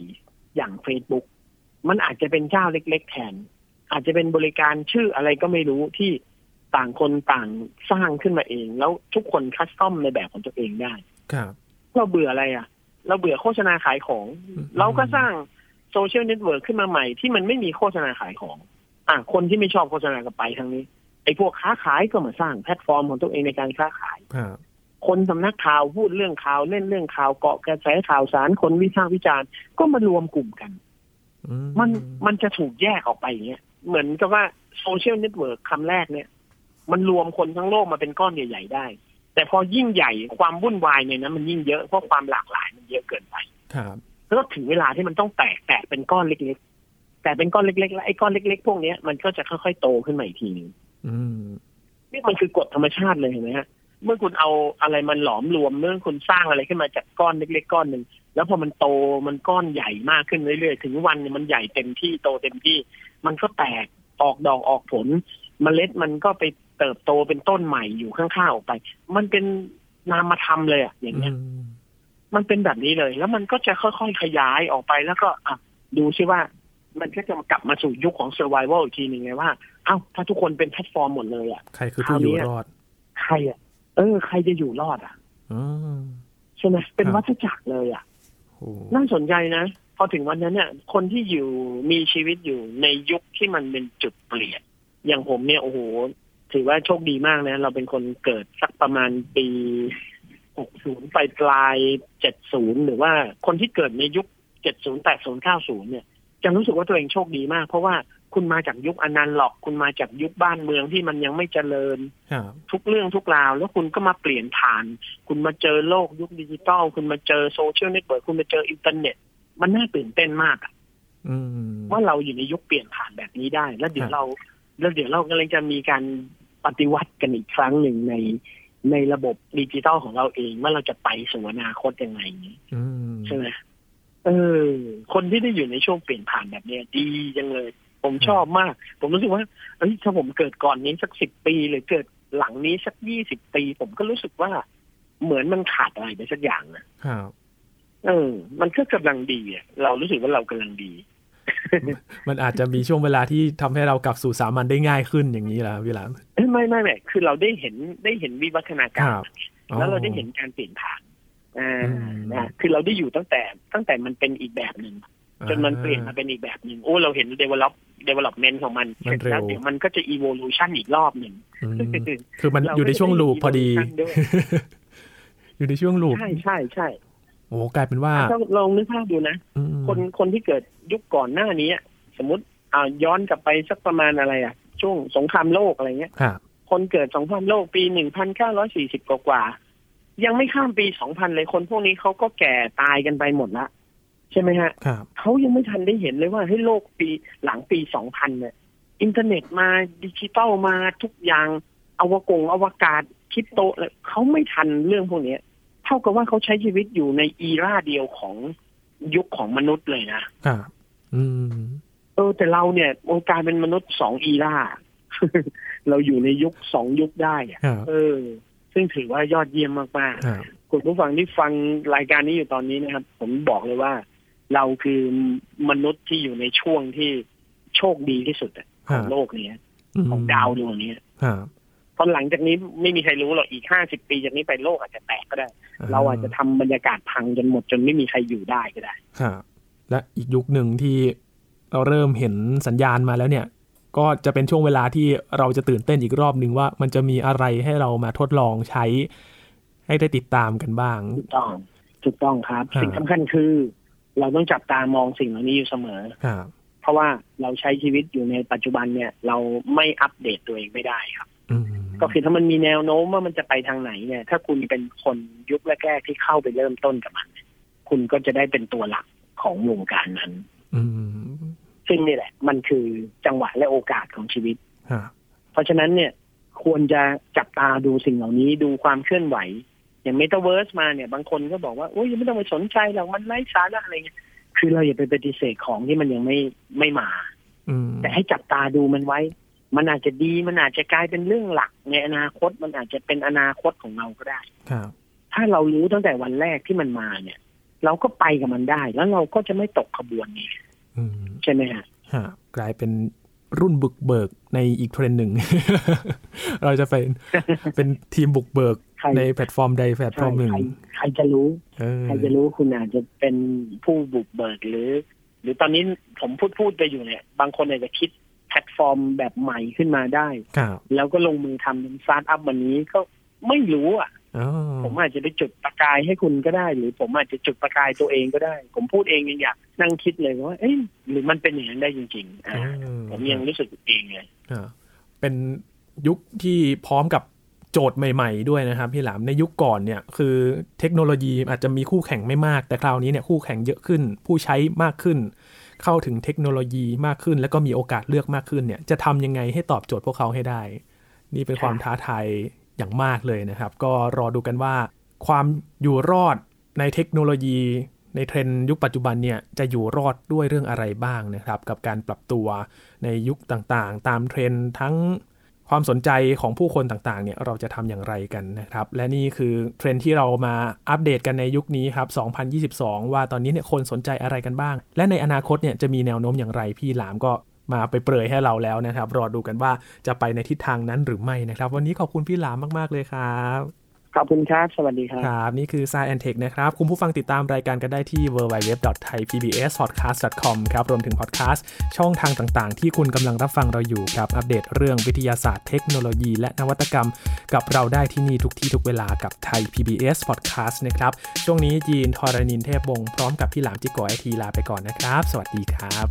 Speaker 2: อย่าง Facebook มันอาจจะเป็นเจ้าเล็ก ๆ แทน อาจจะเป็นบริการชื่ออะไรก็ไม่รู้ที่ต่างคนต่างสร้างขึ้นมาเอง แล้วทุกคนคัสตอมในแบบของตัวเองได้
Speaker 1: ครับ
Speaker 2: เราเบื่ออะไรอ่ะ เราเบื่อโฆษณาขายของ
Speaker 1: อืม
Speaker 2: เราก็สร้างโซเชียลเน็ตเวิร์กขึ้นมาใหม่ที่มันไม่มีโฆษณาขายของ อ่ะคนที่ไม่ชอบโฆษณาก็ไปทางนี้ไอ้พวกค้าขายก็มาสร้างแพลตฟอร์มของตัวเองในการค้าขาย
Speaker 1: ฮะ
Speaker 2: คนสำนักข่าวพูดเรื่องข่าวเล่นเรื่องข่าวเกาะกระแสข่าวสารคนวิพากษ์วิจารณ์ก็มารวมกลุ่มกัน
Speaker 1: อื
Speaker 2: มันมันจะถูกแยกออกไปอย่างเงี้ยเหมือนกับว่าโซเชียลเน็ตเวิร์กคำแรกเนี่ย มันรวมคนทั้งโลกมาเป็นก้อนใหญ่ ๆ ได้ แต่พอยิ่งใหญ่ความวุ่นวายในนั้นมันยิ่งเยอะเพราะความหลากหลายมันเยอะเกินไป
Speaker 1: ครับ
Speaker 2: แล้วก็ถึงเวลาที่มันต้องแตกแตกเป็นก้อนเล็กๆ แต่เป็นก้อนเล็กๆ แล้วไอ้ก้อนเล็ก ๆ พวกเนี้ยมันก็จะค่อยๆ โตขึ้นมาอีกทีหนึง
Speaker 1: อืม
Speaker 2: นี่มันคือกฎธรรมชาติเลยเห็นไหมฮะ เมื่อคุณเอาอะไรมันหลอมรวมเมื่อคุณสร้างอะไรขึ้นมาจากก้อนเล็ก ๆ ก้อนหนึ่งแล้วพอมันโตมันก้อนใหญ่มากขึ้นเรื่อยๆ ถึงวันเนี่ยมันใหญ่เต็มที่โตเต็มที่ มันก็แตกออกดอกออกผล เมล็ดมันก็ไปเติบโตเป็นต้นใหม่อยู่ข้างๆออกไป มันเป็นนามธรรมเลยอะอย่างเงี้ย
Speaker 1: อืม
Speaker 2: มันเป็นแบบนี้เลย แล้วมันก็จะค่อยๆ ขยายออกไปแล้วก็อ่ะดูซิว่า มันก็จะกลับมาสู่ยุคของ survival อีกทีหนึ่งไงว่า เอ้า ถ้าทุกคนเป็นแพลตฟอร์มหมดเลยอ่ะ
Speaker 1: ใครคือผู้อยู่รอด
Speaker 2: ใครอ่ะ เออ ใครจะอยู่รอดอ่ะ
Speaker 1: อืม
Speaker 2: ใช่ไหมเป็นวัฏจักรเลยอ่ะ
Speaker 1: โอ้
Speaker 2: น่าสนใจนะ พอถึงวันนั้นเนี่ย คนที่อยู่มีชีวิตอยู่ในยุคที่มันเป็นจุดเปลี่ยน อย่างผมเนี่ย โอ้โห ถือว่าโชคดีมากนะ เราเป็นคนเกิดสักประมาณปี 60 ไปปลาย 70 หรือว่าคนที่เกิดในยุค 70 80 90 เนี่ย จะรู้สึกว่าตัวเองโชคดีมาก เพราะว่าคุณมาจากยุคอนันต์หรอก คุณมาจากยุคบ้านเมืองที่มันยังไม่เจริญ
Speaker 1: ครับ
Speaker 2: ทุกเรื่องทุกราว แล้วคุณก็มาเปลี่ยนผ่าน คุณมาเจอโลกยุคดิจิตอลคุณมาเจอโซเชียลเน็ตเวิร์กคุณมาเจออินเทอร์เน็ต มันน่าตื่นเต้นมากอะ
Speaker 1: อืม
Speaker 2: ว่าเราอยู่ในยุคเปลี่ยนผ่านแบบนี้ได้ แล้วเดี๋ย
Speaker 1: ครั
Speaker 2: ว
Speaker 1: บ
Speaker 2: เราแล้วเดี๋ยวเรากำลังจะมีการปฏิวัติกันอีกครั้งหนึ่งในในระบบดิจิตอลของเราเองว่าเราจะไปสู่อนาคตยังไง
Speaker 1: อืม
Speaker 2: ใช่ไหมเออ คนที่ได้อยู่ในช่วงเปลี่ยนผ่านแบบเนี้ยดีจังเลย ผมชอบมาก ผมรู้สึกว่าเอ้ยถ้าผมเกิดก่อนนี้สักสิบปี หรือเกิดหลังนี้สักยี่สิบปี ผมก็รู้สึกว่าเหมือนมันขาดอะไรไปสักอย่างนะครับ เออ มันก็กำลังดีอะเรารู้สึกว่าเรากำลังดี
Speaker 1: มันอาจจะมีช่วงเวลาที่ทำให้เรากลับสู่สามัญได้ง่ายขึ้นอย่างนี้แหละพี่หลาม
Speaker 2: เอ้ยไม่ไม่ไม่คือเราได้เห็นได้เห็นวิวัฒนา
Speaker 1: ค
Speaker 2: การ
Speaker 1: รับอ๋อ
Speaker 2: แล้วเราได้เห็นการเปลี่ยนผ่านอ่า
Speaker 1: อืม
Speaker 2: นะคือเราได้อยู่ตั้งแต่ตั้งแต่มันเป็นอีกแบบหนึ่งจนมันเปลี่ยนมาเป็นอีกแบบหนึ่งโอ้เราเห็น develop development ของมัน
Speaker 1: มันเร็ว
Speaker 2: แล้วเดี๋ยวมันก็จะ evolution อีกรอบหนึ่ง
Speaker 1: อืมคือมันอยู่ในช่วงลูปพอดี
Speaker 2: เราก็จะได้
Speaker 1: อยู่ในช่วงลูป
Speaker 2: ใช่ใช่ใช่
Speaker 1: โอ้กลายเป็นว่า
Speaker 2: ถ้าลองนึกภาพดูนะ
Speaker 1: อืม
Speaker 2: คนคนที่เกิดยุคก่อนหน้านี้อะสมมติอ่าย้อนกลับไปสักประมาณอะไรอ่ะ ช่วงสงครามโลกอะไรเงี้ย
Speaker 1: ครับ
Speaker 2: คนเกิดสงครามโลกปีหนึ่งพันเก้าร้อยสี่สิบกว่าๆยังไม่ข้ามปีสองพันเลยคนพวกนี้เขาก็แก่ตายกันไปหมดละใช่ไหมฮะ
Speaker 1: ครับ
Speaker 2: เขายังไม่ทันได้เห็นเลยว่าให้โลกปีหลังปี 2000 เนี่ย อินเทอร์เน็ตมาดิจิตอลมาทุกอย่าง อวกงอวกาศคริปโตเลยเขาไม่ทันเรื่องพวกเนี้ย เท่ากับว่าเขาใช้ชีวิตอยู่ในอีราเดียวของยุคของมนุษย์เลยนะ
Speaker 1: ครับ อืม
Speaker 2: เออ แต่เราเนี่ยโอกลารเป็นมนุษย์สองอีรา เราอยู่ในยุคสองยุคได้อะ
Speaker 1: ครับ
Speaker 2: เออ ซึ่งถือว่ายอดเยี่ยมมากๆ
Speaker 1: ครับ
Speaker 2: คุณผู้ฟังที่ฟังรายการนี้อยู่ตอนนี้นะครับ ผมบอกเลยว่า เราคือมนุษย์ที่อยู่ในช่วงที่โชคดีที่สุดอะ
Speaker 1: ค
Speaker 2: ข
Speaker 1: รั
Speaker 2: อบ งโลกเนี้ย
Speaker 1: ม
Speaker 2: ของดาวดวงเนี้ย
Speaker 1: ครับ
Speaker 2: เพราะหลังจากนี้ไม่มีใครรู้หรอกอีกห้าสิบปีจากนี้ไปโลกอาจจะแตกก็ได้ เราอาจจะทำบรรยากาศพังจนหมดจนไม่มีใครอยู่ได้ก็ได้
Speaker 1: ครับและอีกยุคหนึ่งที่เราเริ่มเห็นสัญญาณมาแล้วเนี่ย ก็จะเป็นช่วงเวลาที่เราจะตื่นเต้นอีกรอบหนึ่งว่า มันจะมีอะไรให้เรามาทดลองใช้ ให้ได้ติดตามกันบ้าง
Speaker 2: ถูกต้อง ถูกต้องครับ
Speaker 1: ฮะ
Speaker 2: สิ่งสำคัญคือ เราต้องจับตามองสิ่งเหล่านี้อยู่เสมอ
Speaker 1: ครับ
Speaker 2: เพราะว่าเราใช้ชีวิตอยู่ในปัจจุบันเนี่ย เราไม่อัปเดตตัวเองไม่ได้ครับ
Speaker 1: อืม
Speaker 2: ก็คือถ้ามันมีแนวโน้มว่ามันจะไปทางไหนเนี่ย ถ้าคุณเป็นคนยุคแรกๆที่เข้าไปเริ่มต้นกับมันเนี่ยคุณก็จะได้เป็นตัวหลักของวงการนั้น
Speaker 1: อืม
Speaker 2: ซึ่งนี่แหละ มันคือจังหวะและโอกาสของชีวิต
Speaker 1: ครับ
Speaker 2: เพราะฉะนั้นเนี่ย ควรจะจับตาดูสิ่งเหล่านี้ดูความเคลื่อนไหว อย่างเมตาเวิร์สมาเนี่ย บางคนก็บอกว่าโอ้ยยังไม่ต้องไปสนใจหรอกมันไร้สาระอะไรเงี้ยคือเราอย่าไปปฏิเสธของที่มันยังไม่ไม่มา
Speaker 1: อืม
Speaker 2: แต่ให้จับตาดูมันไว้ มันอาจจะดี มันอาจจะกลายเป็นเรื่องหลัก ในอนาคต มันอาจจะเป็นอนาคตของเราก็ได้
Speaker 1: ครับ
Speaker 2: ถ้าเรารู้ตั้งแต่วันแรกที่มันมาเนี่ย เราก็ไปกับมันได้ แล้วเราก็จะไม่ตกขบวนนี้
Speaker 1: อืม
Speaker 2: ใช่ไหมฮะ
Speaker 1: ฮะกลายเป็นรุ่นบุกเบิกในอีกเทรนด์หนึ่ง เราจะเป็น เป็นทีมบุกเบิก
Speaker 2: ใคร
Speaker 1: ในแพลตฟอร์มใดแพลตฟอร์มหนึ่ง
Speaker 2: ใครใครจะรู้
Speaker 1: เออ
Speaker 2: ใครจะรู้คุณอาจจะเป็นผู้บุกเบิกหรือ หรือตอนนี้ผมพูดพูดไปอยู่เนี่ย บางคนอาจจะคิด แพลตฟอร์มแบบใหม่ขึ้นมาได้
Speaker 1: ครับ
Speaker 2: แล้วก็ลงมือทำเป็นสตาร์ทอัพวันนี้ก็ไม่รู้อ่ะ
Speaker 1: อ๋อ
Speaker 2: ผมอาจจะไปจุดประกายให้คุณก็ได้ หรือผมอาจจะจุดประกายตัวเองก็ได้ ผมพูดเองยังอยากนั่งคิดเลยว่า เอ๊ะหรือมันเป็นอย่างนั้นได้จริงๆอ่า
Speaker 1: อื
Speaker 2: ผมยังรู้สึกเองเลย
Speaker 1: อ่าเป็นยุคที่พร้อมกับโจทย์ใหม่ ๆ ด้วยนะครับพี่หลามในยุคก่อนเนี่ยคือเทคโนโลยีอาจจะมีคู่แข่งไม่มาก แต่คราวนี้เนี่ยคู่แข่งเยอะขึ้น ผู้ใช้มากขึ้น เข้าถึงเทคโนโลยีมากขึ้น แล้วก็มีโอกาสเลือกมากขึ้นเนี่ยจะทำยังไงให้ตอบโจทย์พวกเขาให้ได้ นี่เป็นความท้าทายอย่างมากเลยนะครับ ก็รอดูกันว่า ความอยู่รอดในเทคโนโลยี ในเทรนด์ยุคปัจจุบันเนี่ยจะอยู่รอดด้วยเรื่องอะไรบ้างนะครับ กับการปรับตัวในยุคต่างๆ ตามเทรนด์ทั้งความสนใจของผู้คนต่างๆเนี่ยเราจะทำอย่างไรกันนะครับ และนี่คือเทรนด์ที่เรามาอัปเดตกันในยุคนี้ครับ 2022 ว่าตอนนี้เนี่ยคนสนใจอะไรกันบ้าง และในอนาคตเนี่ยจะมีแนวโน้มอย่างไรพี่หลามก็ มาไปเปรยให้เราแล้วนะครับ รอดูกันว่าจะไปในทิศทางนั้นหรือไม่นะครับ วันนี้ขอบคุณพี่หลามมาก ๆ เลยครับ
Speaker 2: ขอบคุณครับ สวัสดีครับ
Speaker 1: ครับ นี่คือ s ายแอนเทคนะครับ คุณผู้ฟังติดตามรายการกันได้ที่ www.thaipbspodcast.com ครับ รวมถึงพอดแคสต์ช่องทางต่างๆ ที่คุณกำลังรับฟังเราอยู่ครับ อัปเดตเรื่องวิทยาศาสตร์เทคโนโลยีและนวัตกรรม กับเราได้ที่นี่ทุกที่ทุกเวลากับไทย PBS Podcast นะครับ ช่วงนี้ยีนทอรานินเทพวงศ์พร้อมกับพี่หลามจิโกไอทีลาไปก่อนนะครับ สวัสดีครับ